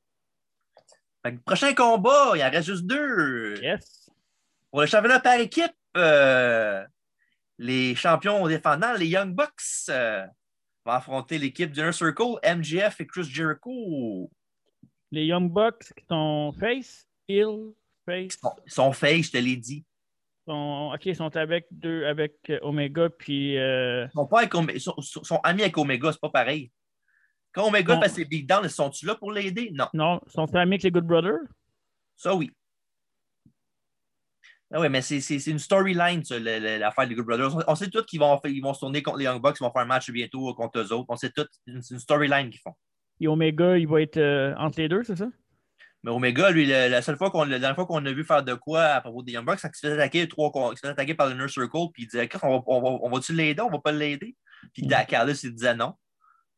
Fait que prochain combat, il en reste juste deux. Yes. Pour le championnat par équipe, euh, les champions défendants, les Young Bucks, euh, vont affronter l'équipe du Inner Circle, MGF et Chris Jericho. Les Young Bucks qui sont face, Hill, Ils face. sont- Ils sont faits, je te l'ai dit. sont- ok, ils sont avec deux, avec euh, Omega, puis. euh, Ils sont, pas avec Omé- ils sont, sont- sont amis avec Omega, c'est pas pareil. Quand Omega Non. passe ses Big Down, ils sont-tu là pour l'aider? Non, non, ils sont amis avec les Good Brothers. ça oui. Ah oui, mais c'est c'est- c'est une storyline, ça, le- le- l'affaire des Good Brothers. On- On sait tous qu'ils vont, faire- ils vont se tourner contre les Young Bucks, ils vont faire un match bientôt contre eux autres. On sait tous, c'est une- c'est une storyline qu'ils font. Et Omega, il va être euh, entre les deux, c'est ça? Mais Omega, lui, la, la seule fois qu'on la dernière fois qu'on a vu faire de quoi à propos des Young Bucks, c'est qu'il se faisait attaquer trois con- il se faisait attaquer par le Inner Circle, puis il disait Chris, on va, on va, on va-tu l'aider, on va pas l'aider. Puis Mm. da- Carlos il disait non.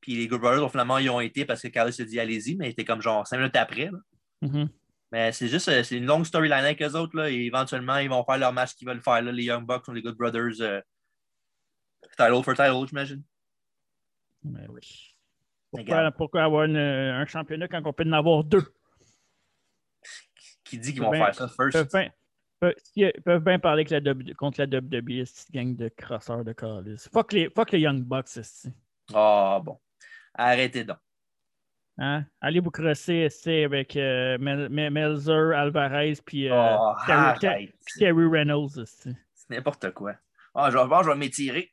Puis les Good Brothers, finalement, ils ont été parce que Carlos a dit allez-y, mais il était comme genre cinq minutes après. là. Mhm. Mais c'est juste euh, c'est une longue storyline avec eux autres. Là, et éventuellement, ils vont faire leur match qu'ils veulent faire, là, les Young Bucks ou les Good Brothers. euh, title for title, j'imagine. Mais oui. Pourquoi, Regarde. pourquoi avoir une- euh, un championnat quand on peut en avoir deux? Qui dit qu'ils vont Ben, faire ça first? peuvent bien, peuvent, si- euh, peuvent bien parler que la W- contre la WWE, cette gang de crosseurs de calice. Fuck les, fuck les Young Bucks, esti. Ah bon. Arrêtez donc. Hein? Allez vous crosser esti, avec euh, Mel- Mel- Melzer, Alvarez, puis euh, Ah, Terry- Ter- arrête. puis Terry Reynolds. esti. C'est n'importe quoi. Ah, je vais voir, je vais m'étirer.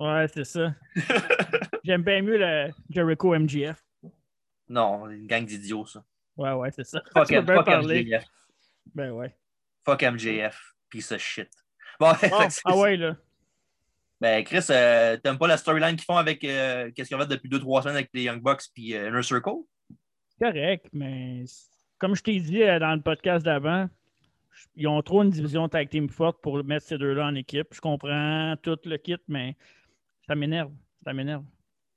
Ouais, c'est ça. J'aime bien mieux le Jericho MGF. Non, une gang d'idiots, ça. Ouais, ouais, c'est ça. Fuck, Tu peux M- bien fuck parler. MJF. Ben ouais. Fuck MJF. Piece of shit. Bon, fait Ah, que c'est- ah ouais, là. Ben, Chris, euh, t'aimes pas la storyline qu'ils font avec euh, qu'est-ce qu'ils ont fait depuis 2-3 semaines avec les Young Bucks puis euh, Inner Circle? C'est correct, mais c- comme je t'ai dit euh, dans le podcast d'avant, j- ils ont trop une division tag team forte pour mettre ces deux-là en équipe. Je comprends tout le kit, mais ça m'énerve. Ça m'énerve.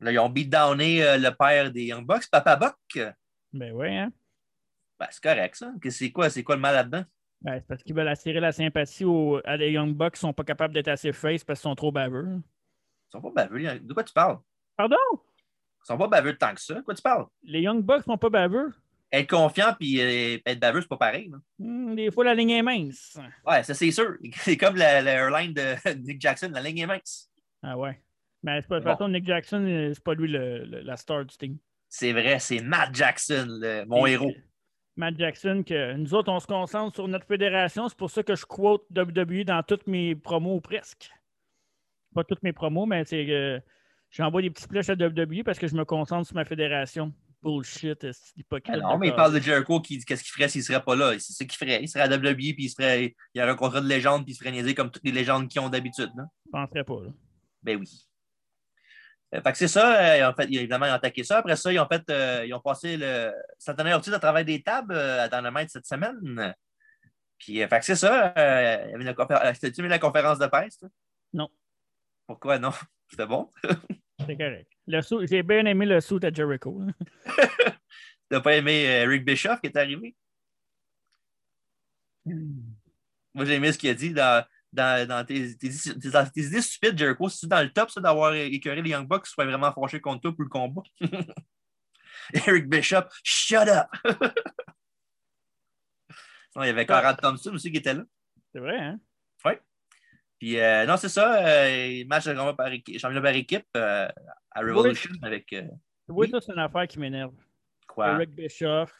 Là, ils ont beatdowné euh, le père des Young Bucks, Papa Buck. Ben ouais, hein? Ben, c'est correct, ça. Que- C'est quoi, c'est quoi le mal là-dedans? Ben, c'est parce qu'ils veulent attirer la sympathie aux, à des Young Bucks qui sont pas capables d'être assez face parce qu'ils sont trop baveux. Ils sont pas baveux. les Young- De quoi tu parles? Pardon? Ils sont pas baveux tant que ça. De quoi tu parles? Les Young Bucks sont pas baveux. Être confiant puis euh, être baveux, c'est pas pareil. là. Hmm, des fois, la ligne est mince. Ouais, ça, c'est sûr. C'est comme la, la airline de Nick Jackson, la ligne est mince. Ah ouais. Mais c'est pas- de toute Bon. façon, Nick Jackson, euh, c'est pas lui le- le- la star du team. C'est vrai, c'est Matt Jackson, le- mon Et- héros. Matt Jackson, que nous autres, on se concentre sur notre fédération. C'est pour ça que je quote WWE dans toutes mes promos ou presque. Pas toutes mes promos, mais c'est que j'envoie des petits flèches à WWE parce que je me concentre sur ma fédération. Bullshit, c'est hypocrite. Ah non, mais il parle de Jericho qui dit qu'est-ce qu'il ferait s'il serait pas là. C'est ce qu'il ferait. Il serait à WWE puis il serait. Il aurait un contrat de légende puis il serait niaisé comme toutes les légendes qui ont d'habitude. là. Je penserais pas. là. Ben oui. Euh, fait que c'est ça, euh, en fait, ils- évidemment, ils ont attaqué ça. Après ça, ils ont fait euh, ils ont passé le Santana et Ortiz à travers des tables euh, dans le maître cette semaine. Puis euh, fait que c'est ça. euh, il y avait la confé- euh, T'as-tu mis la conférence de presse? toi? Non. Pourquoi non? C'était bon. C'est correct. Le sou- J'ai bien aimé le suit à Jericho. là. T'as pas aimé euh, Rick Bischoff qui est arrivé? Moi, j'ai aimé ce qu'il a dit dans, dans, dans tes, tes, tes- tes- tes idées stupides, Jericho. C'est dans le top, ça, d'avoir écœuré les Young Bucks, soit vraiment fâché contre toi pour le combat. Eric Bishop, shut up! non, il y avait Conrad Thompson aussi qui était là. C'est vrai, hein? Puis, euh, non, c'est ça, euh, match de combat par équipe, championnat par équipe euh, à Revolution avec euh, Tu vois, Oui. ça, c'est une affaire qui m'énerve. quoi? Eric Bischoff,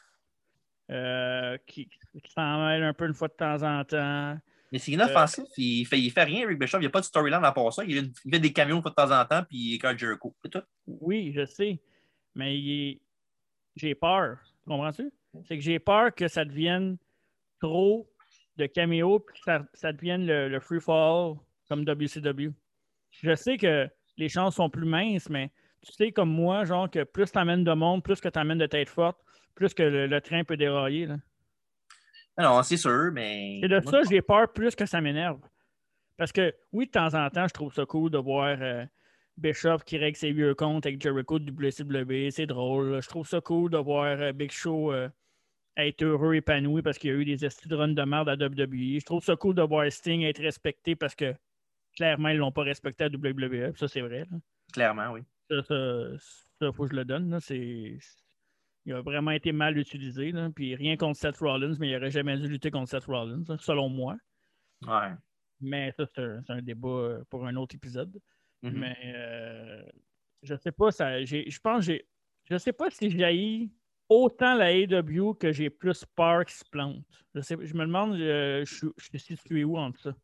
euh, qui, qui s'en mêle un peu une fois de temps en temps. Mais c'est inoffensif, Euh, il, fait, il fait rien, Eric Bishop. Il n'y a pas de storyline à part ça. Il, a une- il fait des camions de temps en temps, puis il écœure Jericho. C'est tout. Oui, je sais, mais il est- j'ai peur. Comprends-tu? C'est que j'ai peur que ça devienne trop de caméo puis que ça, ça devienne le, le free fall comme WCW. Je sais que les chances sont plus minces, mais tu sais, comme moi, genre que plus t'emmènes de monde, plus que t'emmènes de tête forte, plus que le, le train peut dérailler. là. Ah Non, c'est sûr, mais. Et de Moi, ça, je- j'ai peur plus que ça m'énerve. Parce que, oui, de temps en temps, je trouve ça cool de voir euh, Bishop qui règle ses vieux comptes avec Jericho du WCW. C'est drôle. là. Je trouve ça cool de voir euh, Big Show euh, être heureux, épanoui parce qu'il y a eu des estis de run de merde à WWE. Je trouve ça cool de voir Sting être respecté parce que clairement, ils ne l'ont pas respecté à WWE. Ça, c'est vrai. là. Clairement, oui. Ça, ça, ça, faut que je le donne. là. C'est... Il a vraiment été mal utilisé. là. Puis rien contre Seth Rollins, mais il n'aurait jamais dû lutter contre Seth Rollins, là, selon moi. Ouais. Mais ça, c'est un, c'est un débat euh, pour un autre épisode. Mhm. Mais euh, je sais pas, ça, j'ai- je pense que j'ai. Je sais pas si j'ai autant la AW que j'ai plus peur qu'ils se plantent. Je, sais, je me demande, euh, je, suis- je suis situé où entre ça?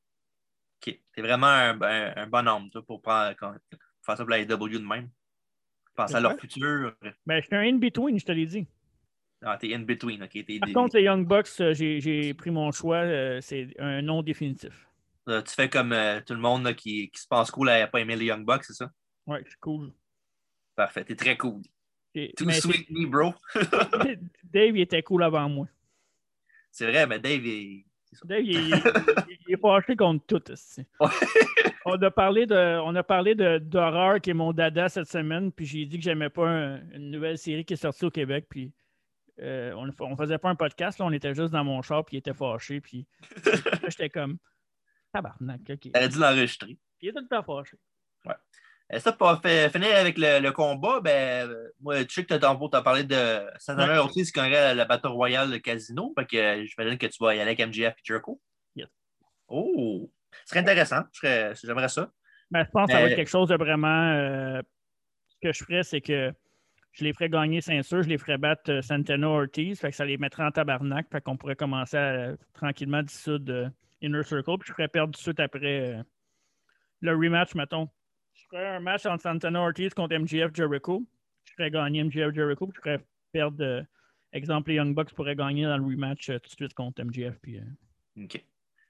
Ok. T'es vraiment un, un, un bon homme, toi, pour, prendre, quand- pour faire ça pour la AW de même. Penser à leur futur. Ben, je suis un in-between, je te l'ai dit. Ah, t'es in between, ok? T'es Par des- contre, les Young Bucks, euh, j'ai, j'ai pris mon choix, euh, c'est un non définitif. euh, tu fais comme euh, tout le monde là, qui, qui se pense cool à pas aimer les Young Bucks, c'est ça? Ouais, je suis cool. Parfait, t'es très cool. Et- Too mais- sweet me, bro. Dave, il était cool avant moi. C'est vrai, mais Dave, il- Dave, il, il- il est fâché contre tout. esti. Ouais. on a parlé de, on a parlé de- d'horreur qui est mon dada cette semaine, puis j'ai dit que j'aimais pas un- une nouvelle série qui est sortie au Québec, puis euh, on, on faisait pas un podcast, là, on était juste dans mon char, puis il était fâché, puis là, j'étais comme tabarnak, ok. il aurait dû l'enregistrer. Il est tout le temps fâché. Et Euh, ça, pour fa- finir avec le, le combat, ben, euh, moi, tu sais que t'as t'as parlé de Santana Ortiz qui aurait la, la Battle Royale de Casino, fait que euh, j'imagine que tu vas y aller avec MJF et Jericho. Yes. Oh! Ce serait intéressant. Je serais- J'aimerais ça. Mais je pense que ça va être Mais- quelque chose de vraiment. euh, ce que je ferais, c'est que je les ferais gagner ceinture, je les ferais battre euh, Santana Ortiz, fait que ça les mettrait en tabarnak, fait qu'on pourrait commencer à euh, tranquillement dissoudre euh, Inner Circle, puis je ferais perdre tout de suite après euh, le rematch, mettons. Je ferais un match entre Santana Ortiz contre MGF Jericho, je ferais gagner MGF Jericho, puis je ferais perdre, euh, exemple, les Young Bucks pourraient gagner dans le rematch euh, tout de suite contre MGF puis euh, OK.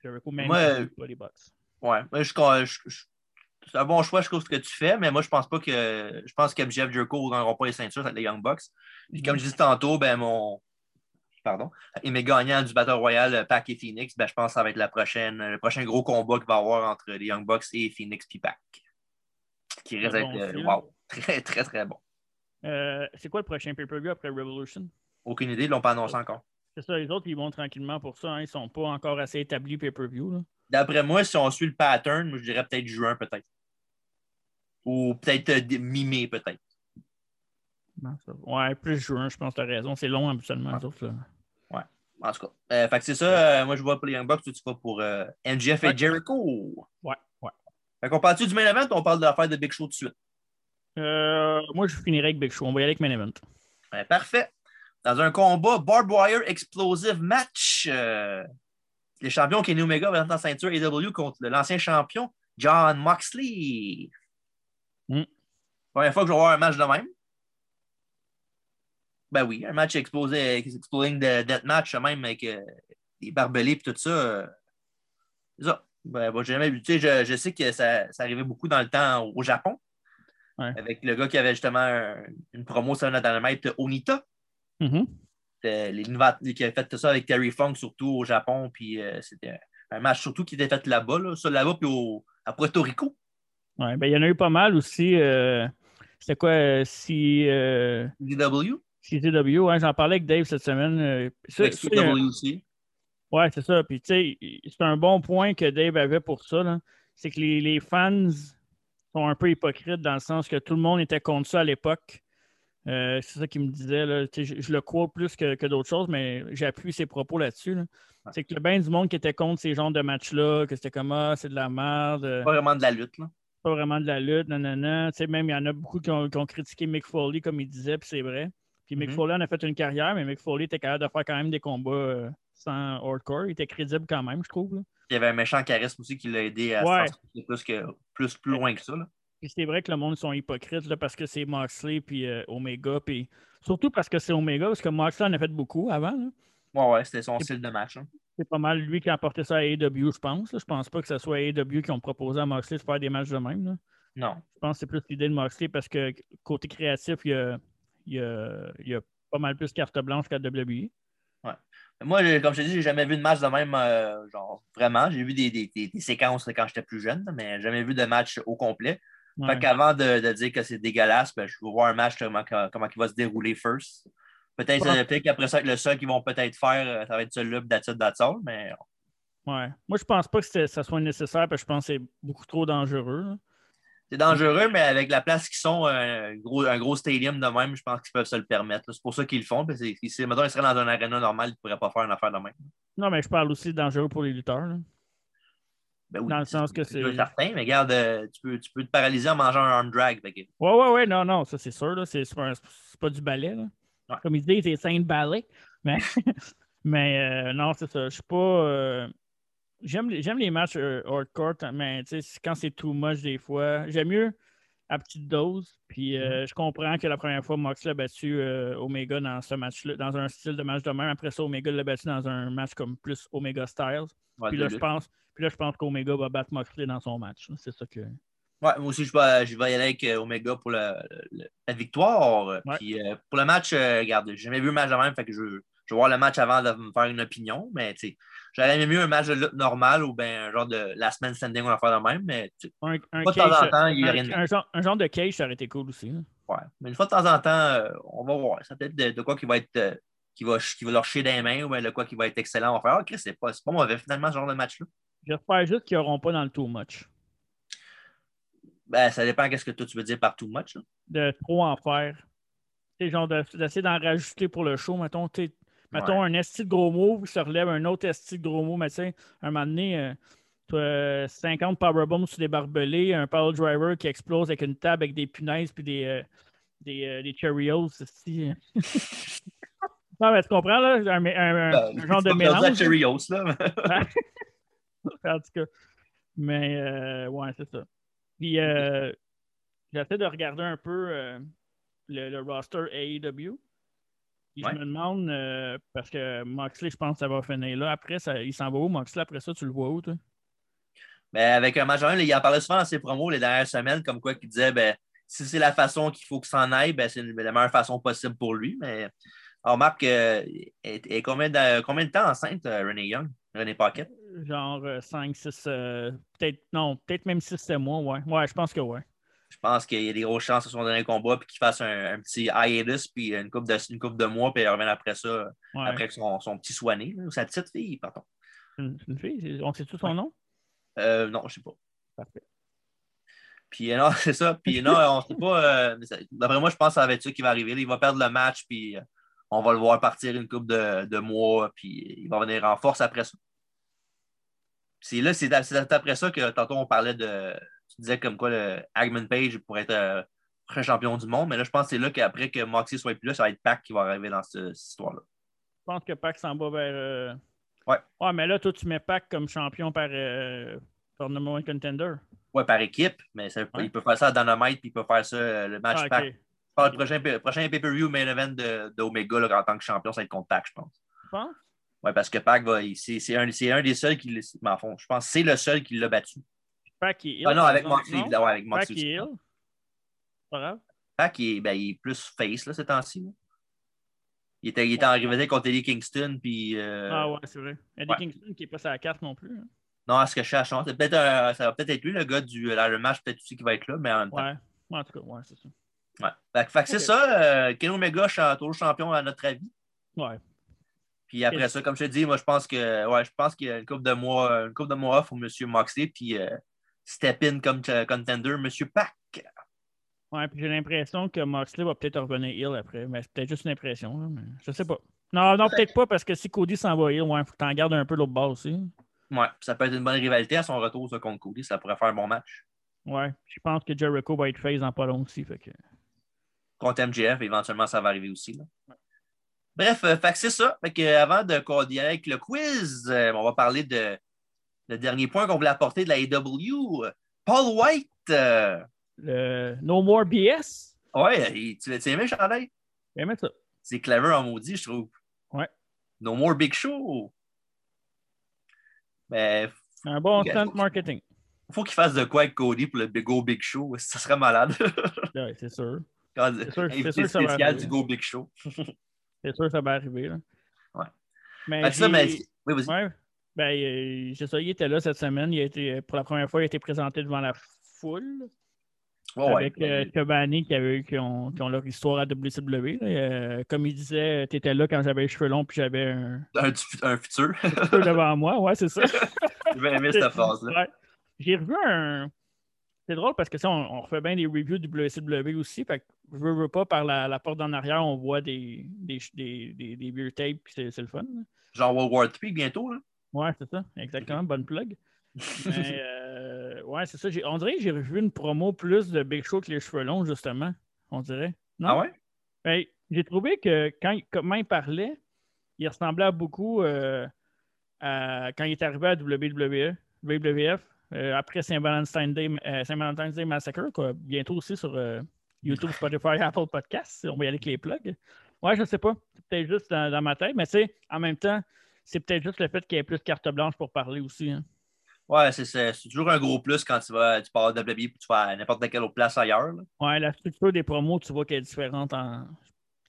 Jericho, même Moi, si euh, c'est pas les Bucks. Ouais, moi, je, je- je- c'est un bon choix, je trouve, ce que tu fais, mais moi, je pense pas que. Je pense que MJF Jericho ne gagneront pas les ceintures avec les Young Bucks. Puis, comme je disais tantôt, ben, mon. Pardon. Et mes gagnants du Battle Royale, euh, Pac et Phoenix, ben, je pense que ça va être la prochaine, le prochain gros combat qu'il va y avoir entre les Young Bucks et Phoenix puis Pac. Qui risque Très d'être. bon euh, fil. wow. Très, très, très bon. Euh, c'est quoi le prochain pay-per-view après Revolution? Aucune idée, ils l'ont pas annoncé encore. C'est ça, les autres, ils vont tranquillement pour ça. Hein. Ils sont pas encore assez établis pay-per-view. là. D'après moi, si on suit le pattern, moi, je dirais peut-être juin, peut-être. Ou peut-être euh, dé- mi-mai, peut-être. Ouais, plus juin, je pense, t'as raison. C'est long habituellement, les Ouais. autres. là. En tout cas. Euh, fait que c'est ça. euh, moi, je vois pour les Young Bucks, toi, tu vas pour euh, MJF Ouais. et Jericho. Ouais, ouais. Fait qu'on parle-tu du main event ou on parle de l'affaire de Big Show tout de suite? Euh, moi, je finirai avec Big Show. On va y aller avec Main Event. Ouais, parfait. Dans un combat barbed wire explosive match, euh, les champions Kenny Omega va la ceinture AW contre l'ancien champion John Moxley. Mm. Première fois que je vais voir un match de même. Ben oui, un match explosé, exploding de deathmatch même avec euh, des barbelés et tout ça. euh, C'est ça. Ben, moi, j'ai jamais vu. Tu sais, je, je sais que ça, ça arrivait beaucoup dans le temps au, au Japon. Ouais. Avec le gars qui avait justement un- une promo sur la Dynamite, Onita Mhm. euh, les Nova- qui a fait ça avec Terry Funk, surtout au Japon. Puis euh, c'était un- un match surtout qui était fait là-bas, là, ça là-bas, puis au- à Puerto Rico. Ouais, ben, il y en a eu pas mal aussi. euh, C'était quoi euh, si euh, DW. CZW? hein, J'en parlais avec Dave cette semaine. euh, ça- Avec ça, CW aussi. Ouais, c'est ça. Puis, tu sais, c'est un bon point que Dave avait pour ça. là. C'est que les, les fans sont un peu hypocrites dans le sens que tout le monde était contre ça à l'époque. Euh, c'est ça qu'il me disait. là. Tu sais, Je, je le crois plus que, que d'autres choses, mais j'appuie ses propos là-dessus. là. C'est que le bain du monde qui était contre ces genres de matchs-là, que c'était comme Ah, c'est de la merde. euh, Pas vraiment de la lutte. Là. pas vraiment de la lutte, nanana. Tu sais, même, il y en a beaucoup qui ont, qui ont critiqué Mick Foley, comme il disait, puis c'est vrai. Puis Mick Mhm. Foley en a fait une carrière, mais Mick Foley était capable de faire quand même des combats euh, sans hardcore. Il était crédible quand même, je trouve. là. Il y avait un méchant charisme aussi qui l'a aidé à Ouais. se sortir plus, que, plus, plus loin que ça. là. Puis c'est vrai que le monde sont hypocrites là, parce que c'est Moxley puis euh, Omega. Puis surtout parce que c'est Omega, parce que Moxley en a fait beaucoup avant. là. Ouais, ouais, c'était son style de match. hein. C'est pas mal lui qui a apporté ça à AEW, je pense. là. Je pense pas que ce soit AEW qui ont proposé à Moxley de faire des matchs de même. là. Non. Je pense que c'est plus l'idée de Moxley parce que côté créatif, il y a, il y a- il y a pas mal plus carte blanche qu'à WWE. Moi, j'ai- comme je te dis, j'ai jamais vu de match de même, euh, genre, vraiment. J'ai vu des, des- des- des séquences là, quand j'étais plus jeune, mais jamais vu de match au complet. Fait Ouais. qu'avant de, de dire que c'est dégueulasse, ben, je vais voir un match comment, comment il va se dérouler first. Peut-être Ouais. euh, peut-être qu'après ça, le seul qu'ils vont peut-être faire, euh, ça va être celui-là, puis that's it, that's all, mais Ouais. Moi, je pense pas que c'était- ça soit nécessaire parce que je pense que c'est beaucoup trop dangereux. là. c'est dangereux, mais avec la place qu'ils sont, euh, un gros, un gros stadium de même, je pense qu'ils peuvent se le permettre. là. C'est pour ça qu'ils le font. parce que c'est- Si, mettons, ils seraient dans un arena normal, ils ne pourraient pas faire une affaire de même. Non, mais je parle aussi de dangereux pour les lutteurs. là. Ben oui, Dans le c'est- sens que c'est- certain, mais regarde, euh, tu peux, tu peux te paralyser en mangeant un arm drag. fait que- Ouais, ouais, ouais, non, non, ça c'est sûr, là, c'est c'est pas, c'est pas du ballet. Là. Ouais. Comme ils disent, c'est sain de ballet. Mais, mais euh, non, c'est ça. Je suis pas. euh, J'aime les- j'aime les matchs euh, hardcore, tant- mais tu sais, c'est- quand c'est too much des fois, j'aime mieux à petite dose. Puis euh, Mm-hmm. je comprends que la première fois, Moxley a battu euh, Omega dans ce match-là, dans un style de match de même. Après ça, Omega l'a battu dans un match comme plus Omega Styles. Ouais, Puis là, de- je pense, puis là, je pense qu'Omega va battre Moxley dans son match. là. C'est ça que. Ouais, moi aussi, je vais, je vais y aller avec euh, Omega pour la, la- la victoire. Ouais. Puis euh, pour le match, euh, regarde, j'ai jamais vu le match de même, fait que je, je vais voir le match avant de me faire une opinion. Mais tu sais, j'aurais aimé mieux un match de lutte normal ou ben un genre de la semaine standing, on va faire de même. Mais tu sais, Un, un pas de temps en cage- euh, temps, il n'y a rien de Un, un genre, un genre de cage, ça aurait été cool aussi. hein. là. Ouais. Mais une fois de temps en temps, euh, on va voir. Ça peut être de, de quoi qui va être euh, qui va, ch- qui va leur chier des mains ou ben, de quoi qui va être excellent. On va faire Ah, Chris, c'est pas, c'est pas mauvais finalement ce genre de match-là. J'espère juste qu'ils n'auront pas dans le too much. Ben, ça dépend qu'est-ce que toi tu veux dire par too much. là. De trop en faire. C'est genre de- d'essayer d'en rajouter pour le show. Mettons, t'sais, mettons un esti de gros mot, il se relève un autre esti de gros mot. Mais tu sais, un moment donné, euh, t'as, euh, 50 powerbombs sur des barbelés, un power driver qui explose avec une table avec des punaises puis des, euh, des, euh, des Cheerios. esti. non, mais tu comprends, là? Un, un- un- un Ben, genre c'est de pas perdu à mélange. Cheerios, là. en tout cas. Mais euh, ouais, c'est ça. Puis euh, j'essaie de regarder un peu euh, le, le roster AEW. Puis Ouais. Je me demande, euh, parce que Moxley, je pense que ça va finir là. Après, ça, il s'en va où, Moxley? Après ça, tu le vois où, toi? Ben, avec un match en un, là, il en parlait souvent dans ses promos les dernières semaines, comme quoi il disait ben, si c'est la façon qu'il faut que s'en aille, ben, c'est la meilleure façon possible pour lui. Mais on remarque euh, elle- elle est combien de, combien de temps enceinte, euh, Renee Young, Renee Paquette? Genre euh, 5, 6, euh, peut-être, non, peut-être même 6, 7 mois, ouais. Ouais, je pense que ouais. Je pense qu'il y a des grosses chances que son dernier combat, puis qu'il fasse un, un petit hiatus, puis une coupe de, une coupe de mois, puis il revient après ça, ouais. après son, son petit soigné, là, ou sa petite fille, pardon. C'est une, c'est une fille, c'est- on sait tout son nom? Euh, non, je sais pas. Parfait. Puis euh, non, c'est ça. Puis non, on sait pas. euh, mais ça- D'après moi, je pense que ça va être ça qui va arriver. là. Il va perdre le match, puis euh, on va le voir partir une coupe de, de mois, puis il va venir en force après ça. C'est là, c'est c'est après ça que tantôt on parlait de. Tu disais comme quoi le Hagman Page pourrait être euh, prochain champion du monde, mais là, je pense que c'est là qu'après que Moxie soit plus là, ça va être Pac qui va arriver dans ce- cette histoire-là. Je pense que Pac s'en va vers. euh, Ouais. Ouais, mais là, toi, tu mets Pac comme champion par, euh, par number one contender. Ouais, par équipe, mais ça- Ouais. il peut faire ça à Dynamite, puis il peut faire ça euh, le match Ah, ok. Pac Par le prochain, prochain pay-per-view main event de, de Omega là, en tant que champion, ça va être contre Pac, je pense. Tu penses? Oui, parce que Pac va. il- C'est c'est un, c'est un des seuls qui l'a. mais en fond, je pense que c'est le seul qui l'a battu. Pac est ill. Ah non, par avec exemple, Moxley, non? évidemment, ouais, avec Pac est Moxley. aussi. ill. Pas grave. Pac, il est, ben, il est plus face là, ces temps-ci. là. Il était, il était en rivalité contre Eddie Kingston, puis. euh, Ah ouais, c'est vrai. Eddie ouais. Kingston qui n'est pas sur la carte non plus. hein. Non, à ce que je cherche, c'est peut-être un- ça va peut-être être lui, le gars du euh, le match, peut-être aussi qui va être là, mais en même temps. Ouais. Ouais, en tout cas, ouais, c'est ça. Ouais. Fait, que- fait que c'est Ok. ça, euh, Ken Omega, cha- toujours champion à notre avis. Ouais. Puis après ça, comme je te dis, moi je pense que ouais, je pense qu'il y a une coupe de mois, une couple de mois off pour M. Moxley, puis euh, step in comme t- contender, M. Pac. Ouais, puis j'ai l'impression que Moxley va peut-être revenir ill après. Mais c'est peut-être juste une impression. là, mais je sais pas. Non, non, peut-être pas parce que si Cody s'en va ill, ouais, faut que t'en gardes un peu l'autre bas aussi. Ouais, ça peut être une bonne rivalité à son retour ça, contre Cody, ça pourrait faire un bon match. Ouais. Je pense que Jericho va être face dans pas long aussi. Fait que... Contre MJF, éventuellement ça va arriver aussi. là. Bref, euh, fait que c'est ça. Fait que, euh, avant de qu'on y aille avec le quiz, euh, on va parler de le dernier point qu'on voulait apporter de la AEW. Paul White. euh, Le No More BS. ouais, il- tu l'as tu l'as aimé, Chandail? J'aimais ça. C'est clever en maudit, je trouve. Ouais. No more Big Show. Mais Un bon Ok. stunt marketing. faut qu'il fasse de quoi avec Cody pour le Big Go Big Show. Ça serait malade. Ouais, c'est sûr. Quand- sûr- c'est invité sûr que ça va spécial arriver. du Go Big Show. C'est sûr que ça va arriver. Là. Ouais. Fait que Mais Ben, ça, mais- Ben, j'ai- Oui, vas-y. Ouais. Ben, euh, c'est ça, il était là cette semaine. Il a été, pour la première fois, il a été présenté devant la foule Oh, Ouais, ouais. avec euh, Chobani qui, avait, eu- qui, ont, qui ont leur histoire à WCW. là. Euh, comme il disait, tu étais là quand j'avais les cheveux longs puis j'avais un Un, du- un futur. peu devant moi. Ouais, c'est ça. Je vais aimer cette phrase-là. Ouais. J'ai revu un. C'est drôle parce que ça, on, on refait bien des reviews du WCW aussi. Fait que je veux, veux pas, par la, la porte d'en arrière, on voit des, des, des, des, des beer tapes, puis c'est c'est le fun. là. Genre World War III bientôt. Là. Ouais, c'est ça, exactement. Bonne plug. Mais euh, ouais, c'est ça. J'ai- On dirait que j'ai revu une promo plus de Big Show que les cheveux longs, justement. On dirait. Non? Ah ouais? Ben, j'ai trouvé que quand il- comment il parlait, il ressemblait à beaucoup euh, à- quand il est arrivé à E, WWE, WWF, euh, après Saint-Valentine's Day, euh, Saint-Valentine's Day Massacre, quoi, bientôt aussi sur euh, YouTube, Spotify, Apple Podcasts. On va y aller avec les plugs. Ouais, je sais pas. C'est peut-être juste dans, dans ma tête, mais tu sais, en même temps, c'est peut-être juste le fait qu'il y ait plus de carte blanche pour parler aussi. hein. Ouais, c'est- c'est c'est toujours un gros plus quand tu vas tu pars de WWE et tu vas à n'importe quelle autre place ailleurs. là. Ouais, la structure des promos, tu vois qu'elle est différente. En...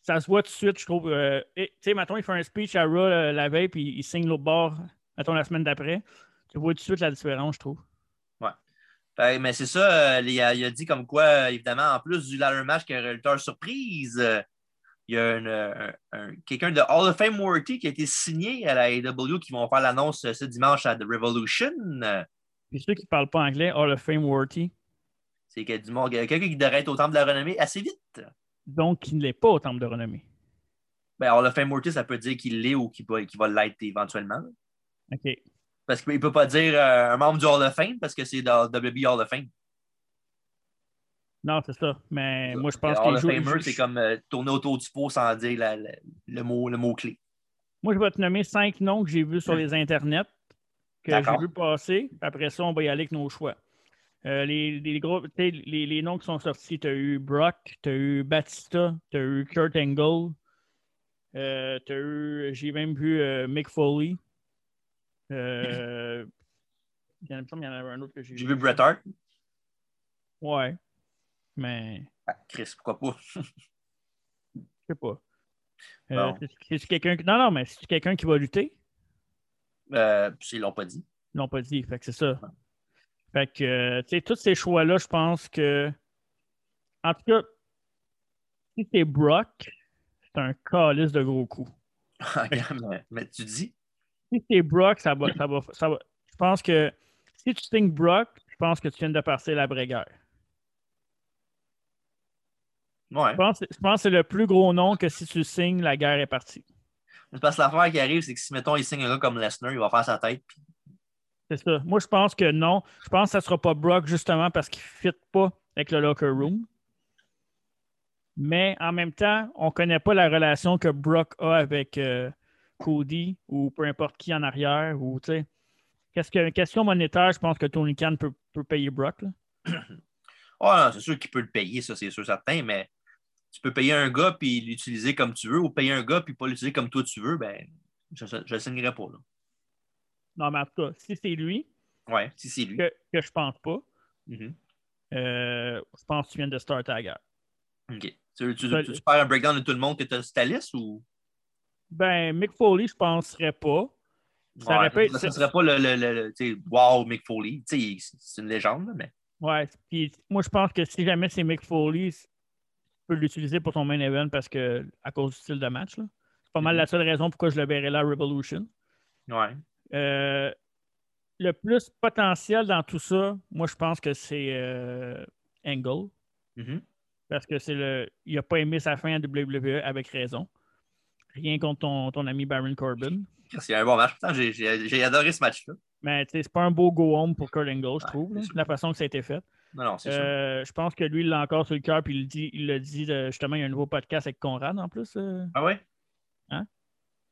Ça se voit tout de suite, je trouve. euh, et, tu sais, mettons, il fait un speech à Raw euh, la veille, puis il signe l'autre bord, mettons, la semaine d'après. Tu vois tout de suite la différence, je trouve. Fait- mais c'est ça, euh, il a, il a dit comme quoi, euh, évidemment, en plus du ladder match qui est un lutteur surprise, euh, il y a une, euh, un- un- quelqu'un de Hall of Fame Worthy qui a été signé à la AEW qui vont faire l'annonce euh, ce dimanche à The Revolution. Euh, Puis ceux qui ne parlent pas anglais, Hall of Fame worthy, C'est que du monde- quelqu'un qui devrait être au temple de la renommée assez vite. donc qui ne l'est pas au temple de renommée. Ben, Hall of Fame Worthy, ça peut dire qu'il l'est ou qu'il va, qu'il va l'être éventuellement. là. OK. Parce qu'il ne peut pas dire euh, un membre du Hall of Fame parce que c'est dans WWE Hall of Fame. Non, c'est ça. Mais moi, je pense Le qu'il Hall of joue. Famer, je- c'est comme euh, tourner autour du pot sans dire la- la- le mot- le mot-clé. Moi, je vais te nommer cinq noms que j'ai vus sur les internets, que j'ai Hmm. D'accord. vu passer. Après ça, on va y aller avec nos choix. Euh, les, les gros, tu sais, les- les noms qui sont sortis, tu as eu Brock, tu as eu Batista, tu as eu Kurt Angle, euh, t'as eu- j'ai même vu euh, Mick Foley. Euh, il y en a- il me semble qu'il y en avait un autre que j'ai J'ai vu Bret Hart. Ouais. Mais Ah, Chris, pourquoi pas? je sais pas. Euh, Bon. c'est- C'est-tu quelqu'un qui. Non, non, mais c'est quelqu'un qui va lutter? Euh, puis ils l'ont pas dit. Ils l'ont pas dit, fait que c'est ça. Fait que, euh, tu sais, tous ces choix-là, je pense que. En tout cas, si c'est Brock, c'est un calice de gros coups. Ah, mais, mais tu dis, Si c'est Brock, ça va, ça va, ça va- Je pense que si tu signes Brock, je pense que tu viens de passer la brégueur. ouais. Je pense, je pense que c'est le plus gros nom que si tu le signes, la guerre est partie. Parce que l'affaire qui arrive, c'est que si, mettons, il signe un gars comme Lesnar, il va faire sa tête. puis- C'est ça. Moi, je pense que non. Je pense que ça ne sera pas Brock justement parce qu'il ne fit pas avec le locker room. Mais en même temps, on ne connaît pas la relation que Brock a avec euh, Cody ou peu importe qui en arrière. Ou, tu sais. Qu'est-ce que, question monétaire, je pense que Tony Khan peut, peut payer Brock. là. Oh non, c'est sûr qu'il peut le payer, ça, c'est sûr, certain, mais tu peux payer un gars puis l'utiliser comme tu veux, ou payer un gars puis pas l'utiliser comme toi tu veux, ben, je, je, je le signerai pas, là. Non, mais en tout cas, si c'est lui, Ouais, si c'est lui. que, que je pense pas, Mhm. euh, je pense que tu viens de starter la guerre. OK. Tu, tu, Ça- tu- tu faire un breakdown de tout le monde que tu as sur ta liste ou. Ben, Mick Foley, je ne penserais pas. Ça aurait pu être- ça serait pas le, le, le, le- tu sais, wow, Mick Foley. Tu sais, c'est une légende, là, mais. Ouais, puis moi je pense que si jamais c'est Mick Foley, c- tu peux l'utiliser pour ton main event parce que à cause du style de match. là. C'est pas mal Mhm. la seule raison pourquoi je le verrais là à Revolution. Ouais. Euh, le plus potentiel dans tout ça, moi je pense que c'est euh, Angle. Mhm. Parce que c'est le. Il a pas aimé sa fin à WWE avec raison. Rien contre ton, ton ami Baron Corbin. C'est un bon match. Pourtant, j'ai- j'ai j'ai adoré ce match-là. Mais tu sais, c'est pas un beau go home pour Kurt Angle, je Ouais, trouve, là, c'est sûr. la façon que ça a été fait. Non, non, c'est sûr. Euh, je pense que lui, il l'a encore sur le cœur, puis il le dit, il le dit euh, justement, il y a un nouveau podcast avec Conrad en plus. euh, Ah ouais?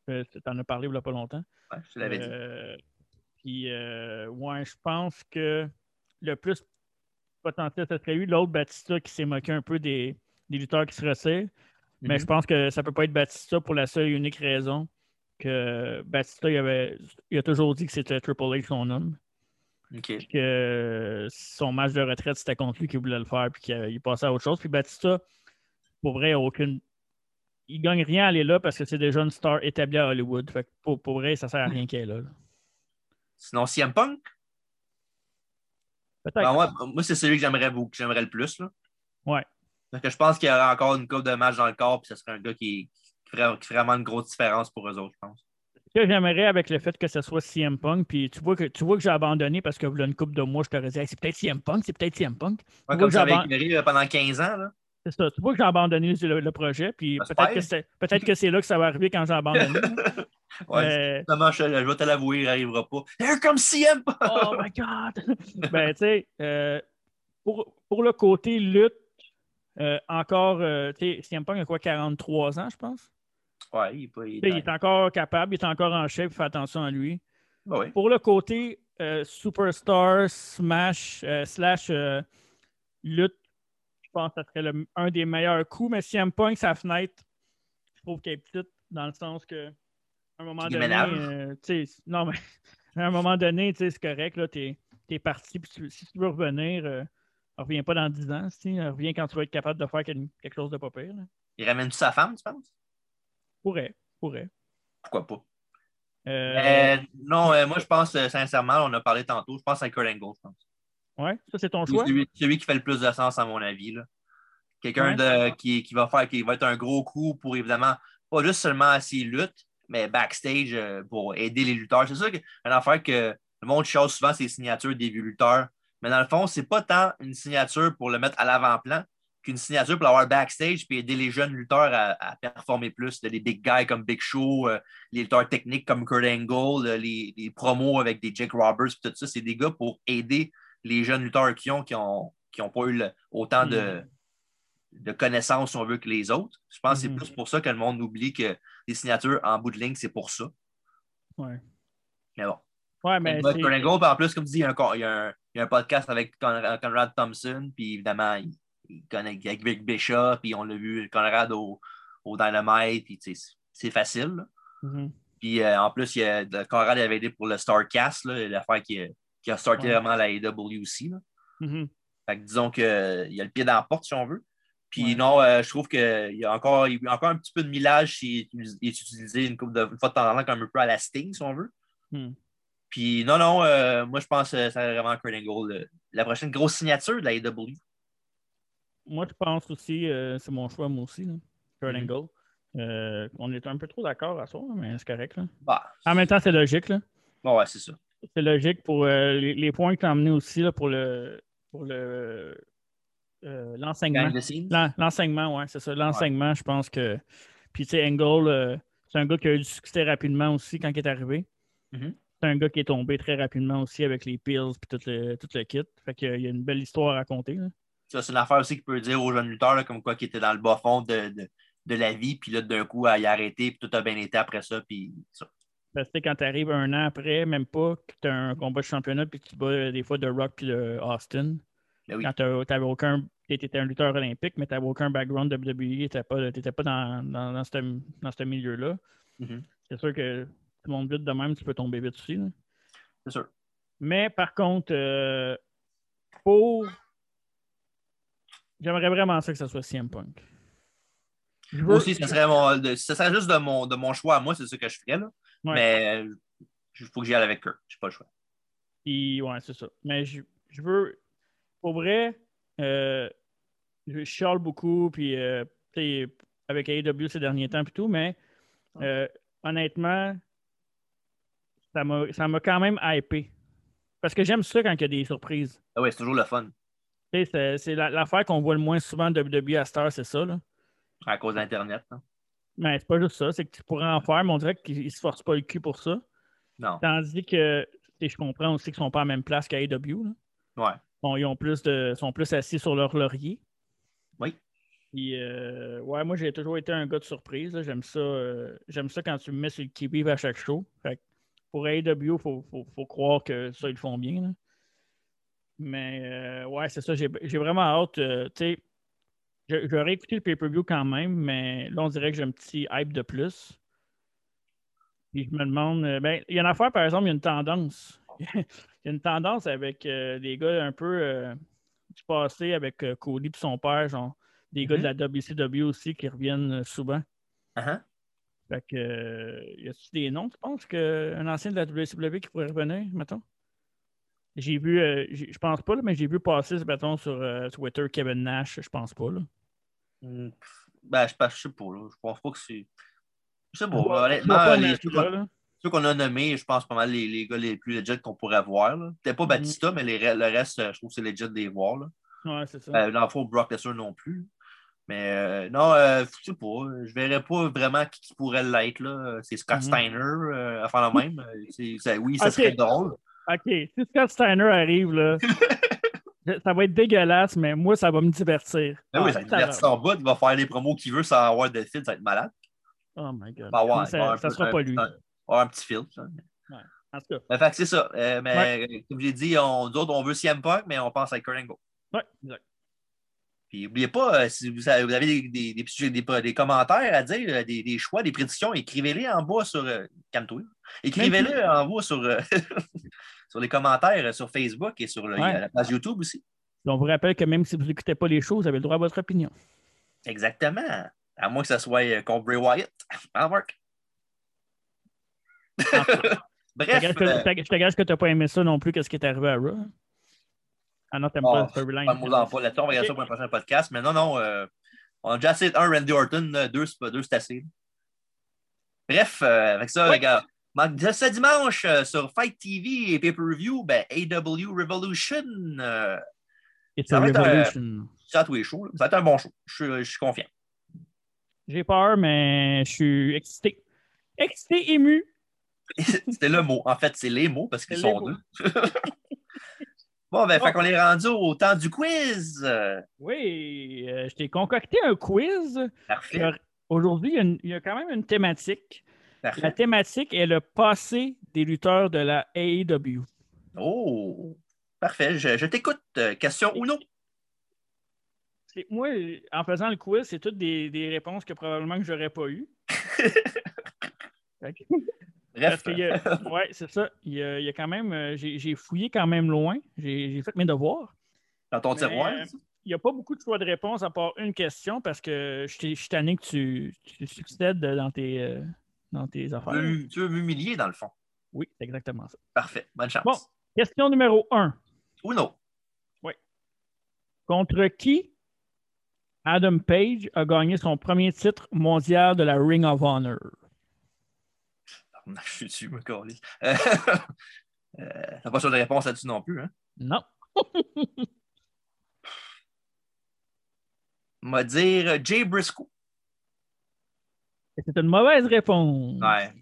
euh, T'en as parlé il n'y a pas longtemps. Ouais, je te l'avais dit. Euh, Puis, euh, ouais, je pense que le plus potentiel, ce serait lui. L'autre, Batista, qui s'est moqué un peu des, des lutteurs qui se retirent. Mais Mhm. je pense que ça ne peut pas être Batista pour la seule et unique raison que Batista, il, avait, il a toujours dit que c'était Triple H son homme. OK. Puis que son match de retraite, c'était contre lui qu'il voulait le faire, puis qu'il passait à autre chose. Puis Batista, pour vrai, il a aucune. Il gagne rien à aller là parce que c'est déjà une star établie à Hollywood. Fait que pour, pour vrai, ça sert à rien qu'il est là. là. Sinon, CM Punk, Peut-être. ben, moi, moi, c'est celui que j'aimerais beaucoup, que j'aimerais le plus. Là. Ouais. Parce que je pense qu'il y aurait encore une coupe de match dans le corps, puis ce serait un gars qui, qui ferait, qui ferait vraiment une grosse différence pour eux autres, je pense. Ce que j'aimerais avec le fait que ce soit CM Punk, puis tu vois que tu vois que j'ai abandonné parce que voilà une coupe de mois, je t'aurais dit Hey, c'est peut-être CM Punk, c'est peut-être CM Punk. Moi, Moi, comme ça j'avais- avec Mary pendant 15 ans, là. C'est ça. Tu vois que j'ai abandonné le, le projet, puis J'espère. peut-être que c'est peut-être que c'est là que ça va arriver quand j'ai abandonné. Euh, Ouais, Mais- Justement, je, je vais te l'avouer, il n'arrivera pas. Here comme CM Punk! oh my God! ben, tu sais, euh, pour, pour le côté lutte, euh, encore, euh, tu sais, CM Punk a quoi, 43 ans, je pense? Ouais, il est pas. Il Tu sais, Il est est encore capable, il est encore en chef, fais attention à lui. Ben ouais. Pour le côté euh, superstar, smash, euh, slash euh, lutte, je pense que ça serait le- un des meilleurs coups, mais CM Punk, sa fenêtre, je trouve qu'elle est petite, dans le sens que à un moment Il est donné, ménable. euh, tu sais, non, mais à un moment donné, tu sais, c'est correct, là, t'es es parti, puis tu- si tu veux revenir, euh, reviens pas dans 10 ans, si, euh, reviens quand tu vas être capable de faire quel- quelque chose de pas pire. là. Il ramène tout sa femme, tu penses? Pourrait, pourrait. Pourquoi pas? Euh, Euh, non, euh, moi, je pense, euh, sincèrement, on a parlé tantôt, je pense à Kurt Angle, je pense. ouais, ça c'est ton Oui, choix. Celui, celui qui fait le plus de sens, à mon avis. là. Quelqu'un Ouais. de- qui, qui va faire, qui va être un gros coup pour évidemment, pas juste seulement à ses luttes, mais backstage euh, pour aider les lutteurs. C'est sûr qu'une affaire que le monde chasse souvent, c'est les signatures des vieux lutteurs. Mais dans le fond, c'est pas tant une signature pour le mettre à l'avant-plan qu'une signature pour l'avoir backstage puis aider les jeunes lutteurs à, à performer plus. Les big guys comme Big Show, euh, les lutteurs techniques comme Kurt Angle, euh, les, les promos avec des Jake Roberts, puis tout ça, c'est des gars pour aider les jeunes lutteurs qui ont, qui ont, qui ont pas eu le- autant de, de connaissances, si on veut, que les autres. Je pense Mhm. que c'est plus pour ça que le monde oublie que les signatures en bout de ligne, c'est pour ça. Ouais. Mais bon. Ouais, Mais mais Ben, c'est- Kurt Angle, puis en plus, comme tu dis, il y a un, con- il y a un- il y a un podcast avec Con- Conrad Thompson, puis évidemment, il, il connaît avec Vic Bishop, puis on l'a vu, Conrad au, au Dynamite, puis tu sais, c'est- c'est facile. là. Mhm. Puis euh, en plus, il y a, Conrad avait aidé pour le Starcast, là, l'affaire qui, a- qui a starté Ouais. vraiment la AWC. Là. Mhm. Fait que disons qu'il y a le pied dans la porte, si on veut. Puis Ouais. non, euh, je trouve qu'il y a encore, il y a encore un petit peu de millage s'il est il est utilisé une, couple de, une fois de temps en temps, comme un peu à la Sting, si on veut. Hmm. Puis non, non, euh, moi, je pense que ça va vraiment Kurt Angle, euh, la prochaine grosse signature de la E AEW. Moi, je pense aussi, euh, c'est mon choix, moi aussi, là, Kurt Mhm. Angle. Euh, on est un peu trop d'accord à ça, là, mais c'est correct. là. Bah, En même temps, c'est logique. là. bon, ouais, c'est ça. C'est logique pour euh, les, les points que tu as emmenés aussi là, pour le pour le euh, l'enseignement. Behind the scenes. L'en- L'enseignement, oui, c'est ça. L'enseignement, je pense que. Puis, tu sais, Angle, euh, c'est un gars qui a eu du succès rapidement aussi quand il est arrivé. Mhm. C'est un gars qui est tombé très rapidement aussi avec les pills puis tout le, tout le kit. Fait qu'il y a une belle histoire à raconter. là. Ça, c'est une affaire aussi qu'il peut dire aux jeunes lutteurs, là, comme quoi qu'ils étaient dans le bas fond de, de, de la vie, puis là, d'un coup, à y arrêter, puis tout a bien été après ça, puis ça. Parce que quand tu arrives un an après, même pas, que tu as un combat de championnat puis que tu bats euh, des fois de Rock puis de Austin. Ben oui. Quand tu t'avais aucun. T'étais un lutteur olympique, mais t'avais aucun background de WWE, t'étais pas, t'étais pas dans, dans, dans ce, dans ce milieu-là. Mhm. C'est sûr que tu montes vite de même, tu peux tomber vite aussi. là. C'est sûr. Mais par contre, euh, pour. J'aimerais vraiment ça que ça soit CM Punk. Je veux- Moi aussi, ce serait, mon, de- ce serait juste de mon, de mon choix à moi, c'est ce que je ferais. Là. Ouais. Mais il faut que j'y aille avec eux. Je n'ai pas le choix. Puis, ouais, c'est ça. Mais je, je veux. Pour vrai, euh, je charle beaucoup, puis euh, tu sais, avec AEW ces derniers temps, puis tout, mais euh, honnêtement, ça m'a ça m'a quand même hypé. Parce que j'aime ça quand il y a des surprises. Ah ouais, c'est toujours le fun Tu sais, C'est c'est la- l'affaire qu'on voit le moins souvent de WWE à cette heure, c'est ça. Là. à cause d'Internet. hein. Mais c'est pas juste ça, c'est que tu pourrais en faire, mais on dirait qu'ils se forcent pas le cul pour ça. Non. Tandis que tu sais, je comprends aussi qu'ils sont pas à la même place qu'à AEW. là. Ouais. Bon, ils ont plus de, sont plus assis sur leur laurier. Oui. Puis, euh, ouais, moi, j'ai toujours été un gars de surprise. là. J'aime ça, euh, j'aime ça quand tu me mets sur le qui-vive à chaque show. Fait que pour AEW, il faut, faut- faut croire que ça, ils le font bien. là. Mais, euh, ouais, c'est ça. J'ai j'ai vraiment hâte. euh, tu sais, je- j'aurais écouté le pay-per-view quand même, mais là, on dirait que j'ai un petit hype de plus. Puis je me demande, euh, ben, il y en a une affaire, par exemple, il y a une tendance. il y a une tendance avec euh, des gars un peu euh, du passé, avec euh, Cody et son père, genre des gars de la WCW aussi qui reviennent euh, souvent. Ah. Uh-huh. Fait que, euh, y a-tu des noms, tu penses, que- un ancien de la WCW qui pourrait revenir, mettons? J'ai vu, euh, j'ai- je pense pas, là, mais j'ai vu passer ce bâton sur euh, Twitter Kevin Nash, je pense pas. Là. Hmm, pff, Ben, je, pense- je sais pas, là. Je pense pas que c'est. Je sais pas. Je vois- je honnêtement, vois pas les Nash ceux là, qu'on- là. ceux qu'on a nommés, je pense pas mal les, les gars les plus legit qu'on pourrait voir. là. Peut-être pas Mhm. Batista, mais les re- le reste, euh, je trouve que c'est legit de les voir. Là. Ouais, c'est ça. Ben, dans le fond, Brock Lesnar non plus. Mais euh, non, euh, je sais pas. Je verrais pas vraiment qui, qui pourrait l'être. là. C'est Scott Mhm. Ah, Steiner euh, à faire la même. Euh, c'est- ça- oui, ça Ok. serait drôle. OK, si Scott Steiner arrive, là, ça va être dégueulasse, mais moi, ça va me divertir. Mais Ah, Ben oui, ça va être divertissant en bout. Il va faire les promos qu'il veut sans avoir de fil, ça va être malade. Oh my God. Ben, ouais, Moi, il va ça avoir ça un peu- sera un- pas lui. un- avoir un petit fil. ça. En tout cas, Ben, fait que c'est ça. Euh, mais euh, comme j'ai dit, on, nous autres, on veut CM Punk, mais on pense à Kurt Angle. ouais, exact. Puis n'oubliez pas, euh, si vous avez, vous avez des, des, des, petits- des- des commentaires à dire, euh, des, des choix, des prédictions, écrivez-les en bas sur. euh, Calme-toi. Écrivez-les en bas sur, euh, sur les commentaires euh, sur Facebook et sur le- Ouais. la page YouTube aussi. Puis on vous rappelle que même si vous n'écoutez pas les choses, vous avez le droit à votre opinion. Exactement. À moins que ce soit euh, contre Bray Wyatt. Hein, Marc? Je te Bref, gage que- euh, je te- je te gage que tu n'as pas aimé ça non plus, qu'est-ce qui est arrivé à Raw. Ah non, t'aimes Oh, pas le storyline. pas de mots en pas là-dessus. On va regarder ça Ok. pour un prochain podcast. Mais non, non, euh, on a déjà assez de un, Randy Orton, euh, deux, c'est pas deux, c'est assez. Bref, euh, avec ça, Ouais. les gars, manque de ce dimanche euh, sur Fight TV et Pay-Per-View, ben, AW Revolution. euh, It's ça a va être un- revolution. ça à tous les shows, là. Ça va être un bon show. Je, suis- je suis confiant. J'ai peur, mais je suis excité. Excité, ému. C'était le mot. En fait, c'est les mots parce qu'ils Les sont mots. deux. bon, ben, Bon. fait qu'on est rendu au temps du quiz. Euh, Oui, euh, je t'ai concocté un quiz. Parfait. Alors, Aujourd'hui, il y a une- il y, a quand même une thématique. La Parfait. thématique est le passé des lutteurs de la E AEW. Oh, parfait. Je, je t'écoute. Euh, Question ou non? C'est- Moi, en faisant le quiz, c'est toutes des, des réponses que probablement que j'aurais pas eues. Fait que- Bref. Parce qu'il y a- ouais, c'est ça. Il y a, il y a quand même, euh, j'ai j'ai fouillé quand même loin. J'ai j'ai fait mes devoirs. Dans ton Mais, tiroir? euh, Il n'y a pas beaucoup de choix de réponse à part une question parce que je t'ai- je suis tanné que tu, tu succèdes dans tes, euh, dans tes Tu affaires. veux- tu veux m'humilier, dans le fond. Oui, c'est exactement ça. Parfait. Bonne chance. Bon. Question numéro 1. Ou non? Contre qui Adam Page a gagné son premier titre mondial de la Ring of Honor? Je suis dessus, me câlisse. Euh, euh, T'as pas sûr de réponse là-dessus non plus. Hein? Non. M'a dire euh, Jay Briscoe. C'est une mauvaise réponse. Ouais.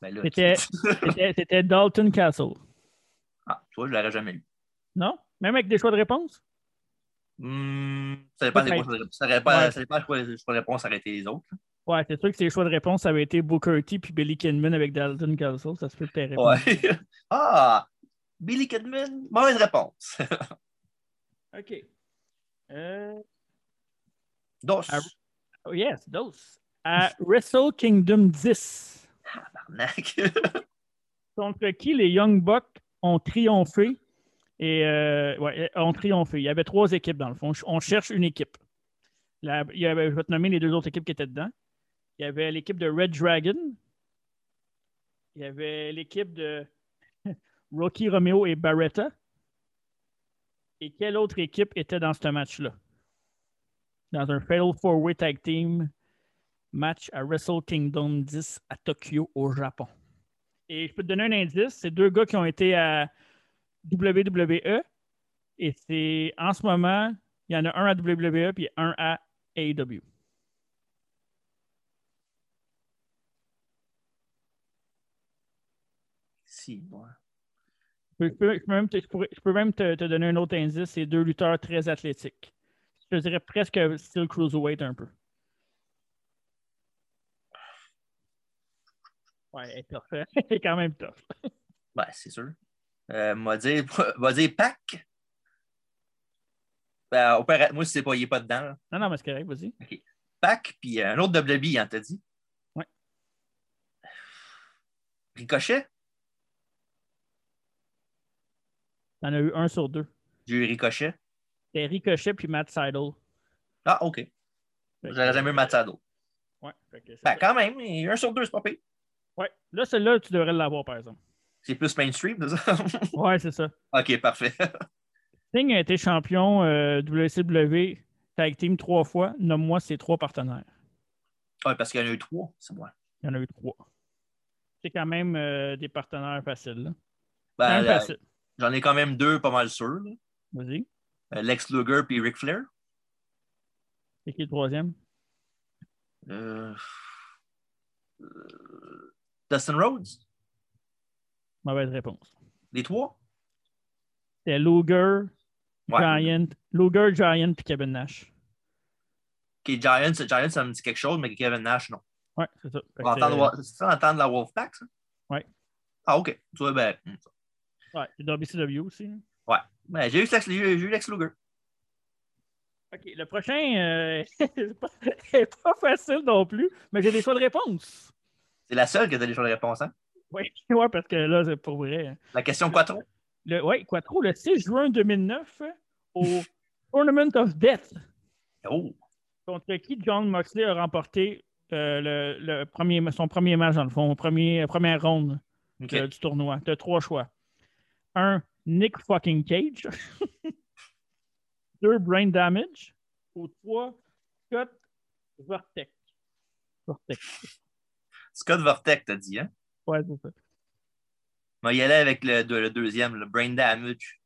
Ben là, C'était- C'était- C'était Dalton Castle. ah, toi, je l'aurais jamais eu. Non? Même avec des choix de réponse? Hmm, ça dépend des Peut-être. quoi- ça dépend- Ouais. ça dépend de quoi de quoi réponse arrêter les autres. Ouais, c'est sûr que les choix de réponse, ça avait été Booker T puis Billy Kidman avec Dalton Castle. Ça se peut que t'aies répondu. Ouais. ah! Billy Kidman, mauvaise réponse. OK. Euh, Dos. Ah, oh yes, dos. À Wrestle Kingdom 10, Arnaque. contre qui les Young Bucks ont triomphé. Et euh, ouais, ont triomphé. Il y avait trois équipes dans le fond. On cherche une équipe. La- il y avait- je vais te nommer les deux autres équipes qui étaient dedans. Il y avait l'équipe de Red Dragon. Il y avait l'équipe de Rocky Romeo et Barretta. Et quelle autre équipe était dans ce match-là? Dans un Fatal Four-Way Tag Team match à Wrestle Kingdom 10 à Tokyo, au Japon. Et je peux te donner un indice. C'est deux gars qui ont été à WWE. Et c'est en ce moment, il y en a un à WWE puis un à E AEW. si, ouais. Je peux, je peux même, te, je pourrais- je peux même te, te donner un autre indice. C'est deux lutteurs très athlétiques. Je te dirais presque style cruiserweight un peu. Ouais, elle est tough. hein? Elle est quand même tough. Ouais, Ben, c'est sûr. Euh, m'a dire, m'a dire Pac. Ben, opéra- moi, si c'est pas, il est pas dedans. là. Non, non, mais c'est correct, vas-y. Pac, puis euh, un autre WWE, on t'a dit. Ouais. Ricochet? T'en as eu un sur deux. J'ai eu Ricochet. C'était Ricochet puis Matt Seidel. Ah, OK. Fait que- J'aurais jamais eu Matado. Ouais, fait que c'est Ben, ça. quand même, il y a un sur deux, c'est pas pire. ouais. Là, celui-là, tu devrais l'avoir, par exemple. C'est plus mainstream, c'est ça? Ouais, c'est ça. OK, parfait. Sting a été champion euh, WCW Tag Team trois fois. Nomme-moi ses trois partenaires. Ouais, parce qu'il y en a eu trois, c'est moi. Il y en a eu trois. C'est quand même euh, des partenaires faciles. là. Quand Ben, même euh, facile. J'en ai quand même deux, pas mal sûr. là. Vas-y. Euh, Lex Luger puis Ric Flair. C'est qui le troisième? Euh, euh, Dustin Rhodes, Mauvaise réponse. les trois. C'était Luger, Ouais. Giant, Luger, Giant puis Kevin Nash. Ok, Giants, Giants, ça me dit quelque chose, mais Kevin Nash, non. Ouais, c'est ça. Fait On que, entend le- C'est ça, on entend de la Wolfpack, ça? Ouais. Ah, OK. Tu vois, ben, hmm. Ouais, c'est WCW aussi. hein. Ben, j'ai eu Lex- j'ai eu j'ai eu Lex Luger. OK, le prochain euh, c'est pas, c'est pas facile non plus, mais j'ai des choix de réponse. C'est la seule qui a donné sur les réponses, hein? Oui, ouais, parce que là, c'est pour vrai. hein. La question Quattro. Le, ouais, Quattro, le 6 juin 2009, au Tournament of Death, Oh, contre qui John Moxley a remporté euh, le, le premier, son premier match, dans le fond, premier, première ronde OK. de- du tournoi. Tu as trois choix. Un, Nick fucking Cage. Deux, Brain Damage. Ou trois, Scott Vortex. Vortex, Scott Vortex, t'as dit, hein? ouais, c'est ça. Moi, il allait avec le, de- le deuxième, le Brain Damage.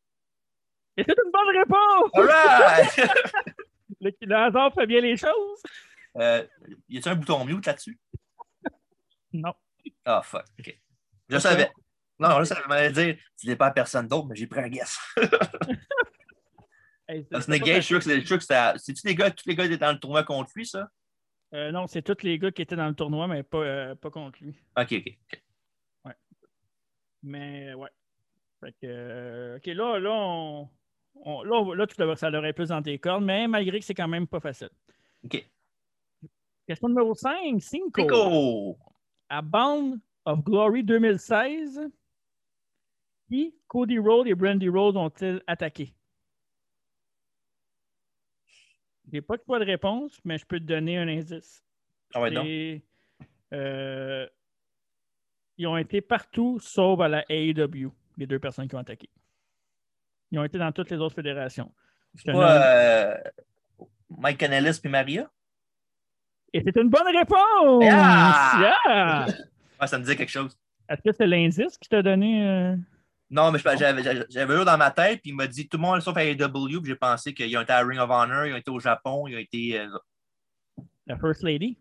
Et c'est une bonne réponse! All right! Le, le hasard fait bien les choses. Euh, y a-tu un bouton mute là-dessus? Non. Ah, fuck. OK. Je savais. Non, je savais. Je m'allais dire, tu n'es pas à personne d'autre, mais j'ai pris un guess. Hey, c'est- Parce que c'est Snake pas Gage, je suis sûr facile. que c'est- je suis sûr que c'est- c'est-tu les gars, tous les gars étaient dans le tournoi contre lui, ça? Euh, non, c'est tous les gars qui étaient dans le tournoi, mais pas, euh, pas contre lui. OK, OK. ok. Mais euh, ouais. Fait que, euh, OK, là, là, on, on- là, on- là, tu devrais- ça l'aurait plus dans tes cordes, mais malgré que c'est quand même pas facile. OK. Question numéro 5, Cinco. Nico! À Bound of Glory 2016, qui Cody Rhodes et Brandy Rhodes ont-ils attaqué? J'ai pas de quoi de réponse, mais je peux te donner un indice. Ah ouais, donc. Et, euh, ils ont été partout, sauf à la AEW, les deux personnes qui ont attaqué. Ils ont été dans toutes les autres fédérations. Je te nomme- Pas, euh, Mike Canellis puis Maria? Et c'est une bonne réponse! Yeah! Yeah! Ah, ça me disait quelque chose. Est-ce que c'est l'indice qui t'a donné? euh, Non, mais je- j'avais j'avais- j'avais eu dans ma tête, puis il m'a dit tout le monde sauf à AEW, puis j'ai pensé qu'ils ont été à Ring of Honor, ils ont été au Japon, ils ont été. euh, la First Lady?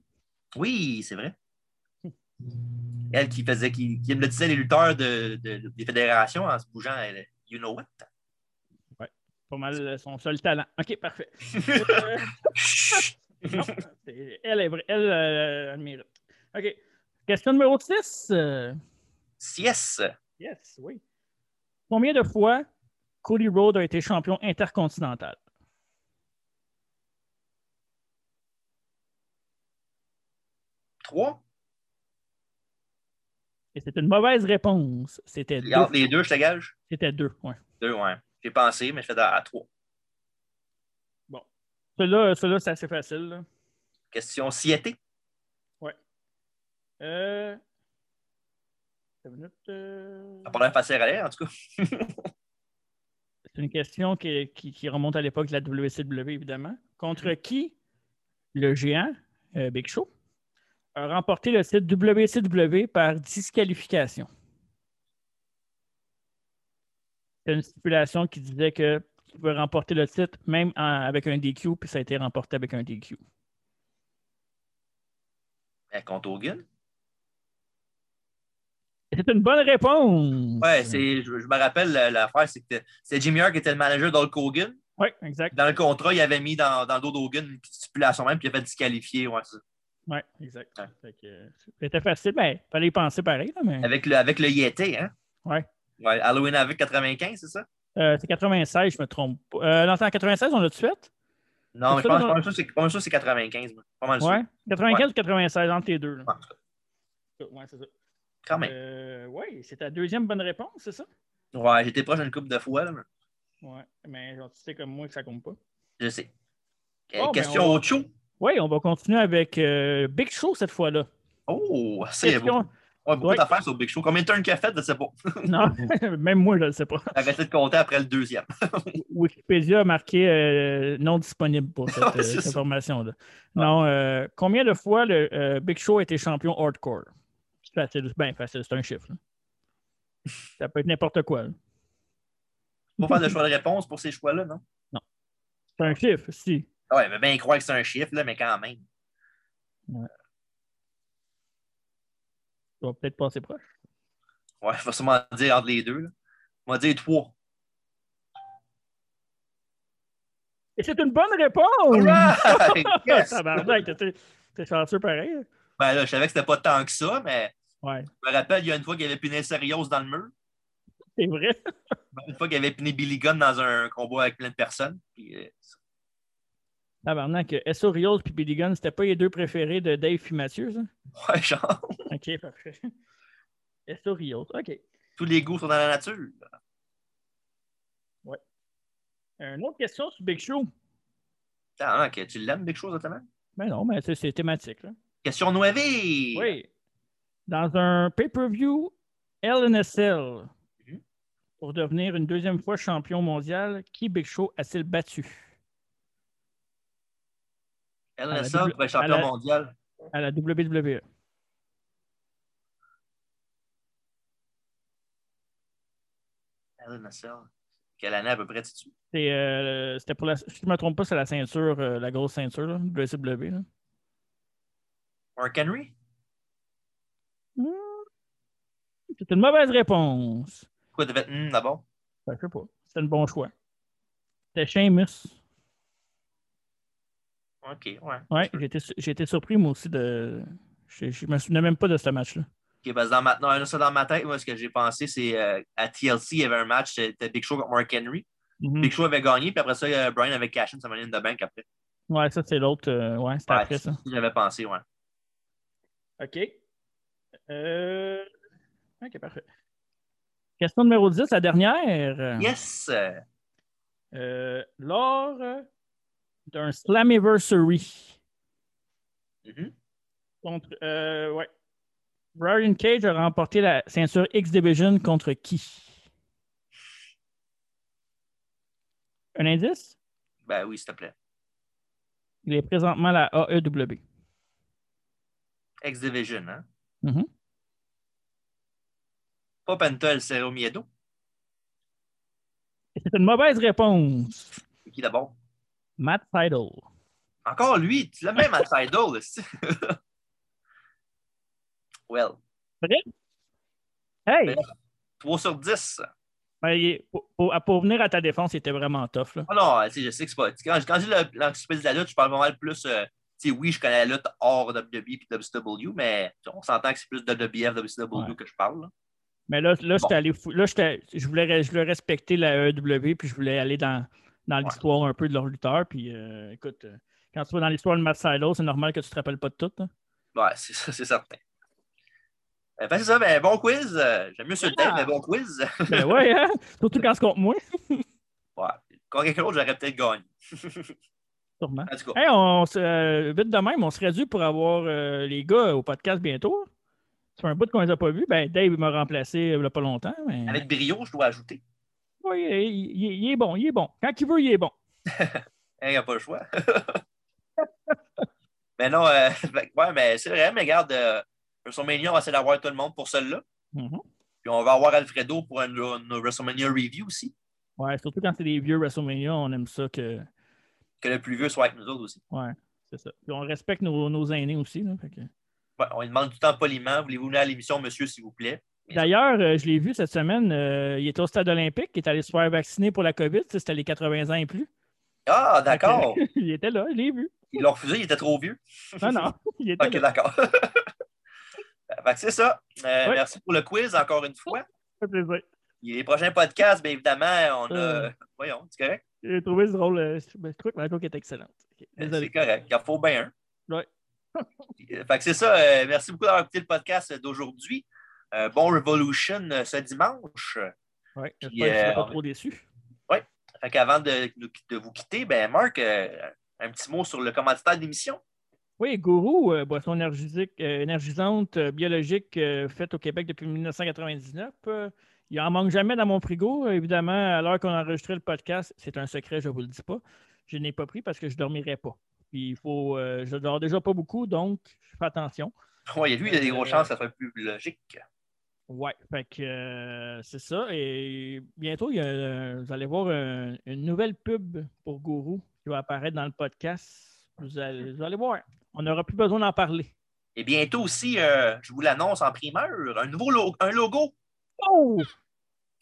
Oui, c'est vrai. Hmm. Elle qui faisait, qui, qui hypnotisait les lutteurs de, de- des fédérations en se bougeant, elle, you know what? Pas mal euh, son seul talent. OK, parfait. Chut! Non, c'est- elle est vraie. Elle, euh, elle mérite. OK. Question numéro euh, 6. Yes! yes, oui. Combien de fois Cody Rhodes a été champion intercontinental? Trois? Et c'est une mauvaise réponse. C'était deux. Entre les deux, je te gage. C'était deux, ouais. Deux, ouais. J'ai pensé, mais je fais à à trois. Celui-là, celui-là, c'est assez facile. là. Question siété. Euh... Attends une minute, euh, Ça a pas l'air facile à l'air, en tout cas. C'est une question qui, qui- qui remonte à l'époque de la WCW, évidemment. Contre Mm-hmm. qui le géant, euh, Big Show, a remporté le titre WCW par disqualification? C'est une stipulation qui disait que tu pouvais remporter le titre même en- avec un DQ, puis ça a été remporté avec un DQ. Ben, contre Hogan. C'est une bonne réponse. Ouais, c'est, je, je me rappelle la- l'affaire, c'est que c'est Jimmy Hart qui était le manager d'Hulk Hogan. Oui, exact. Dans le contrat, il avait mis dans, dans le dos d'Hogan une petite stipulation même, puis il avait disqualifié. Ouais, c'est ça. Oui, exact. Ouais. Fait que, euh, C'était facile, mais il fallait y penser pareil. là, mais... Avec le, avec le Yeti, hein? Ouais. Ouais, Halloween avec 95, c'est ça? Euh, c'est 96, je me trompe pas. Euh, non, c'est en 96, on l'a-tu fait? Non, mais je C'est pense ça, pas mal sûr, c'est, pas mal sûr c'est 95. moi. Pas mal sûr. Oui. 95 ou 96, entre les deux. là. En tout cas. Ah, Ouais, c'est ça. Quand même. Euh, oui, c'est ta deuxième bonne réponse, c'est ça? Ouais, j'étais proche une couple de fois. là, mais Oui, mais genre, tu sais comme moi que ça compte pas. Je sais. Euh, Oh, ben, question on- au show. Oui, on va continuer avec euh, Big Show cette fois-là. Oh, c'est beau. Question- Ouais, beaucoup Ouais. d'affaires sur Big Show. Combien de turns qu'il a fait, je sais pas. Non, même moi, je ne le sais pas. Arrêtez de compter après le deuxième. Wikipédia a marqué euh, non disponible pour cette, Ouais, c'est euh, cette ça. Ah. information-là. Non, euh, combien de fois le euh, Big Show a été champion hardcore? C'est facile, bien facile, c'est un chiffre. là. Ça peut être n'importe quoi. là. Faut faire de choix de réponse pour ces choix-là, non? C'est un chiffre, si. Ah Ouais, mais ben, croire que c'est un chiffre, là, mais quand même. Tu vas peut-être passer proche. Ouais, faut sûrement dire entre les deux. Là. On va dire trois. Et c'est une bonne réponse! Alright, yes! Tabarnak, t'es- t'es t'es chanceux pareil. hein? Ben là, je savais que c'était pas tant que ça, mais Ouais, je me rappelle, il y a une fois qu'il y avait piné Serios dans le mur. Ben, c'est vrai. Une fois qu'il y avait piné Billy Gunn dans un combat avec plein de personnes. Puis, euh, Tabarnak, S.O. Rios et Billy Gunn, c'était pas les deux préférés de Dave et Mathieu, ça? ouais, genre, OK, parfait. S.O. Rios, OK. tous les goûts sont dans la nature. Une autre question sur Big Show. Attends, hein, que tu l'aimes, Big Show, notamment? Ben non, mais ça, c'est thématique. Là. Question 9! Oui. Dans un pay-per-view LNSL, Mhm. pour devenir une deuxième fois champion mondial, qui Big Show a-t-il battu Elle À la est ça double- pour être à champion la- mondial. à la E? WWE? Elle est ça. Quelle année à peu près, tu C'est, euh, C'était pour la. Si je ne me trompe pas, c'est la ceinture, euh, la grosse ceinture, là, WCW. là. Mark Henry? Hmm. C'est une mauvaise réponse. Quoi, devait être d'abord? Ben, je sais pas. C'était un bon choix. C'était Sheamus. Ok, ouais. Oui, j'ai été su- j'ai été surpris, moi aussi, de. Je je me souvenais même pas de ce match-là. Ok, parce que dans ma... non, là, ça dans ma tête, moi, ce que j'ai pensé, c'est euh, à TLC, il y avait un match, c'était Big Show contre Mark Henry. Mhm. Big Show avait gagné, puis après ça, euh, Brian avait caché ça money in the bank après. Ouais, ça, c'est l'autre. euh, ouais, c'était Ouais, après ça. J'avais pensé, ouais. OK. Euh, OK, parfait. Question numéro 10, la dernière. Yes! euh, Euh, lors euh, d'un Slammiversary mhm. contre. euh, ouais. Brian Cage a remporté la ceinture X-Division contre qui Un indice Ben oui, s'il te plaît. Il est présentement à la E AEW. X-Division, hein? Mhm. Pas Pentel, Cerro Miedo. Et C'est une mauvaise réponse. C'est qui d'abord? Matt Seidel. Encore lui, tu l'as même à Tidal, aussi. well, Hey! 3 sur 10. Ben, il est- pour, pour- pour venir à ta défense, il était vraiment tough. Là. Ah non, tu sais, je sais que c'est pas. Quand, quand je dis le- l'encyclopédie de la lutte, je parle vraiment plus. euh, tu sais, oui, je connais la lutte hors E WWE et WCW, mais tu sais, on s'entend que c'est plus WWF, WCW Ouais. que je parle. là. Mais là, là, Bon. j'étais allé fou- là j'étais- je voulais re- je voulais respecter la AEW, puis je voulais aller dans, dans l'histoire un peu de leur lutteur. Puis euh, écoute, euh, quand tu vas dans l'histoire de Matt Seidel, c'est normal que tu te rappelles pas de tout. hein. Ouais, c'est ça, c'est certain. Euh, fait que c'est ça, ben, bon quiz. euh, J'aime mieux ce Ah! thème, mais bon quiz. Ben ouais, hein? Surtout quand c'est contre moi, Ouais. Quand quelqu'un d'autre, j'aurais peut-être gagné. sûrement. En tout cas, Hey, on, se- euh, vite de même, on serait dû pour avoir euh, les gars au podcast bientôt. C'est un bout qu'on les a pas vus. Ben, Dave il m'a remplacé euh, il n'y a pas longtemps. Mais... avec brio, je dois ajouter. Ouais, il, il- il est bon, il est bon. Quand il veut, il est bon. Il n'y Hein, a pas le choix. mais non, euh, fait que, ouais, mais c'est vrai, mais regarde, euh, WrestleMania, on va essayer d'avoir tout le monde pour celle-là. Mhm. Puis on va avoir Alfredo pour une, une WrestleMania review aussi. Ouais, surtout quand c'est des vieux WrestleMania, on aime ça que. Que le plus vieux soit avec nous autres aussi. C'est ça. Puis on respecte nos, nos aînés aussi. là, fait que- Ouais, on lui demande tout le temps poliment. Voulez-vous venir à l'émission, monsieur, s'il vous plaît? D'ailleurs, euh, je l'ai vu cette semaine, euh, il était au stade olympique, il est allé se faire vacciner pour la COVID, tu sais, c'était les 80 ans et plus. Ah, d'accord. Fait que- il était là, je l'ai vu. Ils l'ont refusé, il était trop vieux. Non, non, il était ok, là. d'accord. fait que c'est ça. Euh, Ouais. Merci pour le quiz encore une fois. Ça fait plaisir. Et les prochains podcasts, bien évidemment, on a. Euh. Voyons, c'est correct? J'ai trouvé ce drôle. euh, je ben, je trouvais que ma joke était excellente. Ok, C'est Désolé. correct. Il en faut bien un. Ouais. Euh, fait que c'est ça. euh, merci beaucoup d'avoir écouté le podcast euh, d'aujourd'hui. Euh, bon Revolution euh, ce dimanche. Ouais, j'espère Puis, que tu seras euh, pas on- trop déçu. Fait qu'avant de, nous- de vous quitter, ben Marc, euh, un petit mot sur le commanditaire de l'émission. Oui, Gourou, euh, boisson énergisique- euh, énergisante euh, biologique euh, faite au Québec depuis 1999. Euh, il en manque jamais dans mon frigo. Euh, Évidemment, à l'heure qu'on a enregistré le podcast, c'est un secret, je ne vous le dis pas. Je n'ai pas pris parce que je ne dormirai pas. Puis il faut, euh, je dors déjà pas beaucoup, donc je fais attention. Ouais, lui, il a des grosses Euh, chances que ça soit plus logique. Ouais, fait que euh, c'est ça. Et bientôt, il y a, euh, vous allez voir un- une nouvelle pub pour Gourou qui va apparaître dans le podcast. Vous allez, vous allez voir. On n'aura plus besoin d'en parler. Et bientôt aussi, euh, je vous l'annonce en primeur, un nouveau lo- un logo. Oh!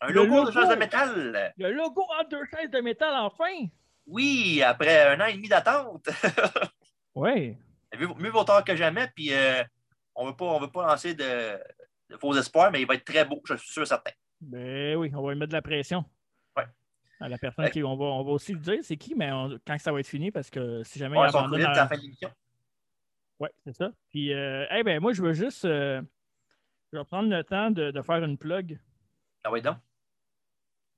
Un Le logo, logo. de Chasse de métal. Le logo en deux chaises de métal, enfin! Oui, après un an et demi d'attente. Oui. mieux, mieux vaut tard que jamais. Puis euh, on ne veut pas on veut pas lancer de, de faux espoirs, mais il va être très beau, je suis sûr et certain. Ben oui, on va lui mettre de la pression. Ouais. À la personne Ouais. qui. On va, on va aussi lui dire c'est qui, mais on- quand ça va être fini, parce que si jamais On il va s'en abandonne. courrier à à- la fin de l'émission. Oui, c'est ça. Puis, euh, eh ben moi, je veux juste. euh, je vais prendre le temps de, de faire une plug. Ah oui, donc.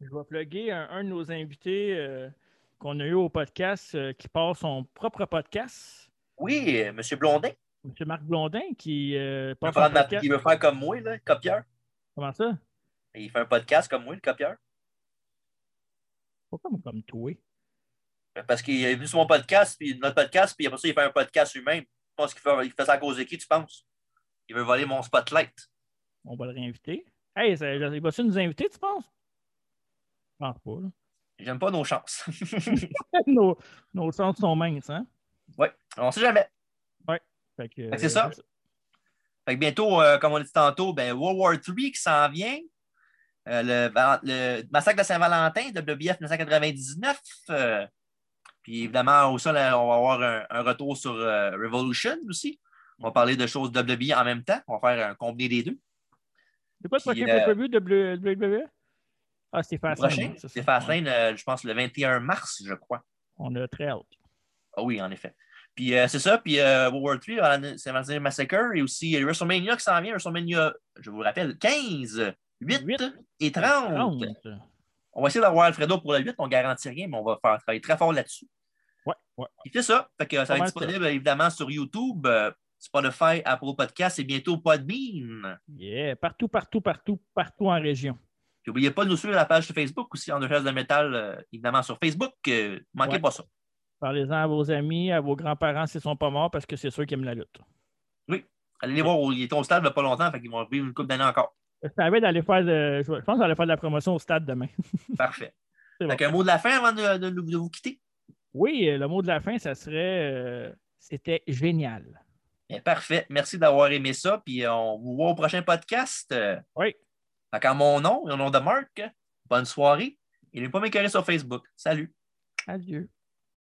Je vais plugger un, un de nos invités euh, qu'on a eu au podcast euh, qui part son propre podcast. Oui, euh, M. Blondin, il M. Marc Blondin qui euh, veut, part son prendre ma- podcast. il veut faire comme moi, là, copieur. Comment ça? Il fait un podcast comme moi, le copieur. Pourquoi comme toi? Parce qu'il est venu sur mon podcast, puis notre podcast, puis après ça, il fait un podcast lui-même. Je pense qu'il fait, il fait ça à cause de qui, tu penses? Il veut voler mon spotlight. On va le réinviter. Hey, ça, il va-tu nous inviter, tu penses? Je pense pas. là. J'aime pas nos chances. nos, nos sens sont minces, hein? On sait jamais. Fait que, Fait que euh, Ben, c'est ça. Fait que bientôt, euh, comme on l'a dit tantôt, ben, World War III qui s'en vient. Euh, le, Val- le massacre de Saint-Valentin, WBF 1999. euh, puis évidemment, au sol, euh, on va avoir un, un retour sur euh, Revolution aussi. On va parler de choses WWE en même temps. On va faire un combiné des deux. C'est quoi le Puis, prochain euh, pay-per-view de WWE? Ah, c'est Le facile. prochain, c'est Fastlane, euh, je pense, le 21 mars, je crois. On a très hâte. Ah oui, en effet. Puis euh, c'est ça, puis euh, World War III, euh, c'est Valentin Massacre, et aussi euh, WrestleMania qui s'en vient, WrestleMania, je vous le rappelle, 15, 8, Huit. et 30. Trente. On va essayer d'avoir Alfredo pour le 8, on ne garantit rien, mais on va faire travailler très fort là-dessus. Ouais, ouais. Puis c'est ça, fait que ça va être Comment disponible évidemment sur YouTube, euh, Spotify, Apple Podcast et bientôt Podbean. Yeah, partout, partout, partout, partout en région. Puis n'oubliez pas de nous suivre à la page sur Facebook aussi, en deux de métal, euh, évidemment sur Facebook, euh, manquez Ouais. pas ça. Parlez-en à vos amis, à vos grands-parents s'ils ne sont pas morts parce que c'est ceux qui aiment la lutte. Allez les voir, ils étaient au stade il n'y a pas longtemps, fait qu'ils vont vivre une couple d'années encore. Je savais d'aller faire de- je pense d'aller faire de la promotion au stade demain. Parfait. C'est Fait qu'un mot de la fin avant de, de- de vous quitter. Oui, euh, le mot de la fin, ça serait euh, c'était génial. Bien, Eh, parfait. Merci d'avoir aimé ça. Puis euh, on vous voit au prochain podcast. Euh, Oui. Fait qu'en mon nom et au nom de Marc, bonne soirée. Et n'oubliez pas m'écœurer sur Facebook. Salut. Adieu.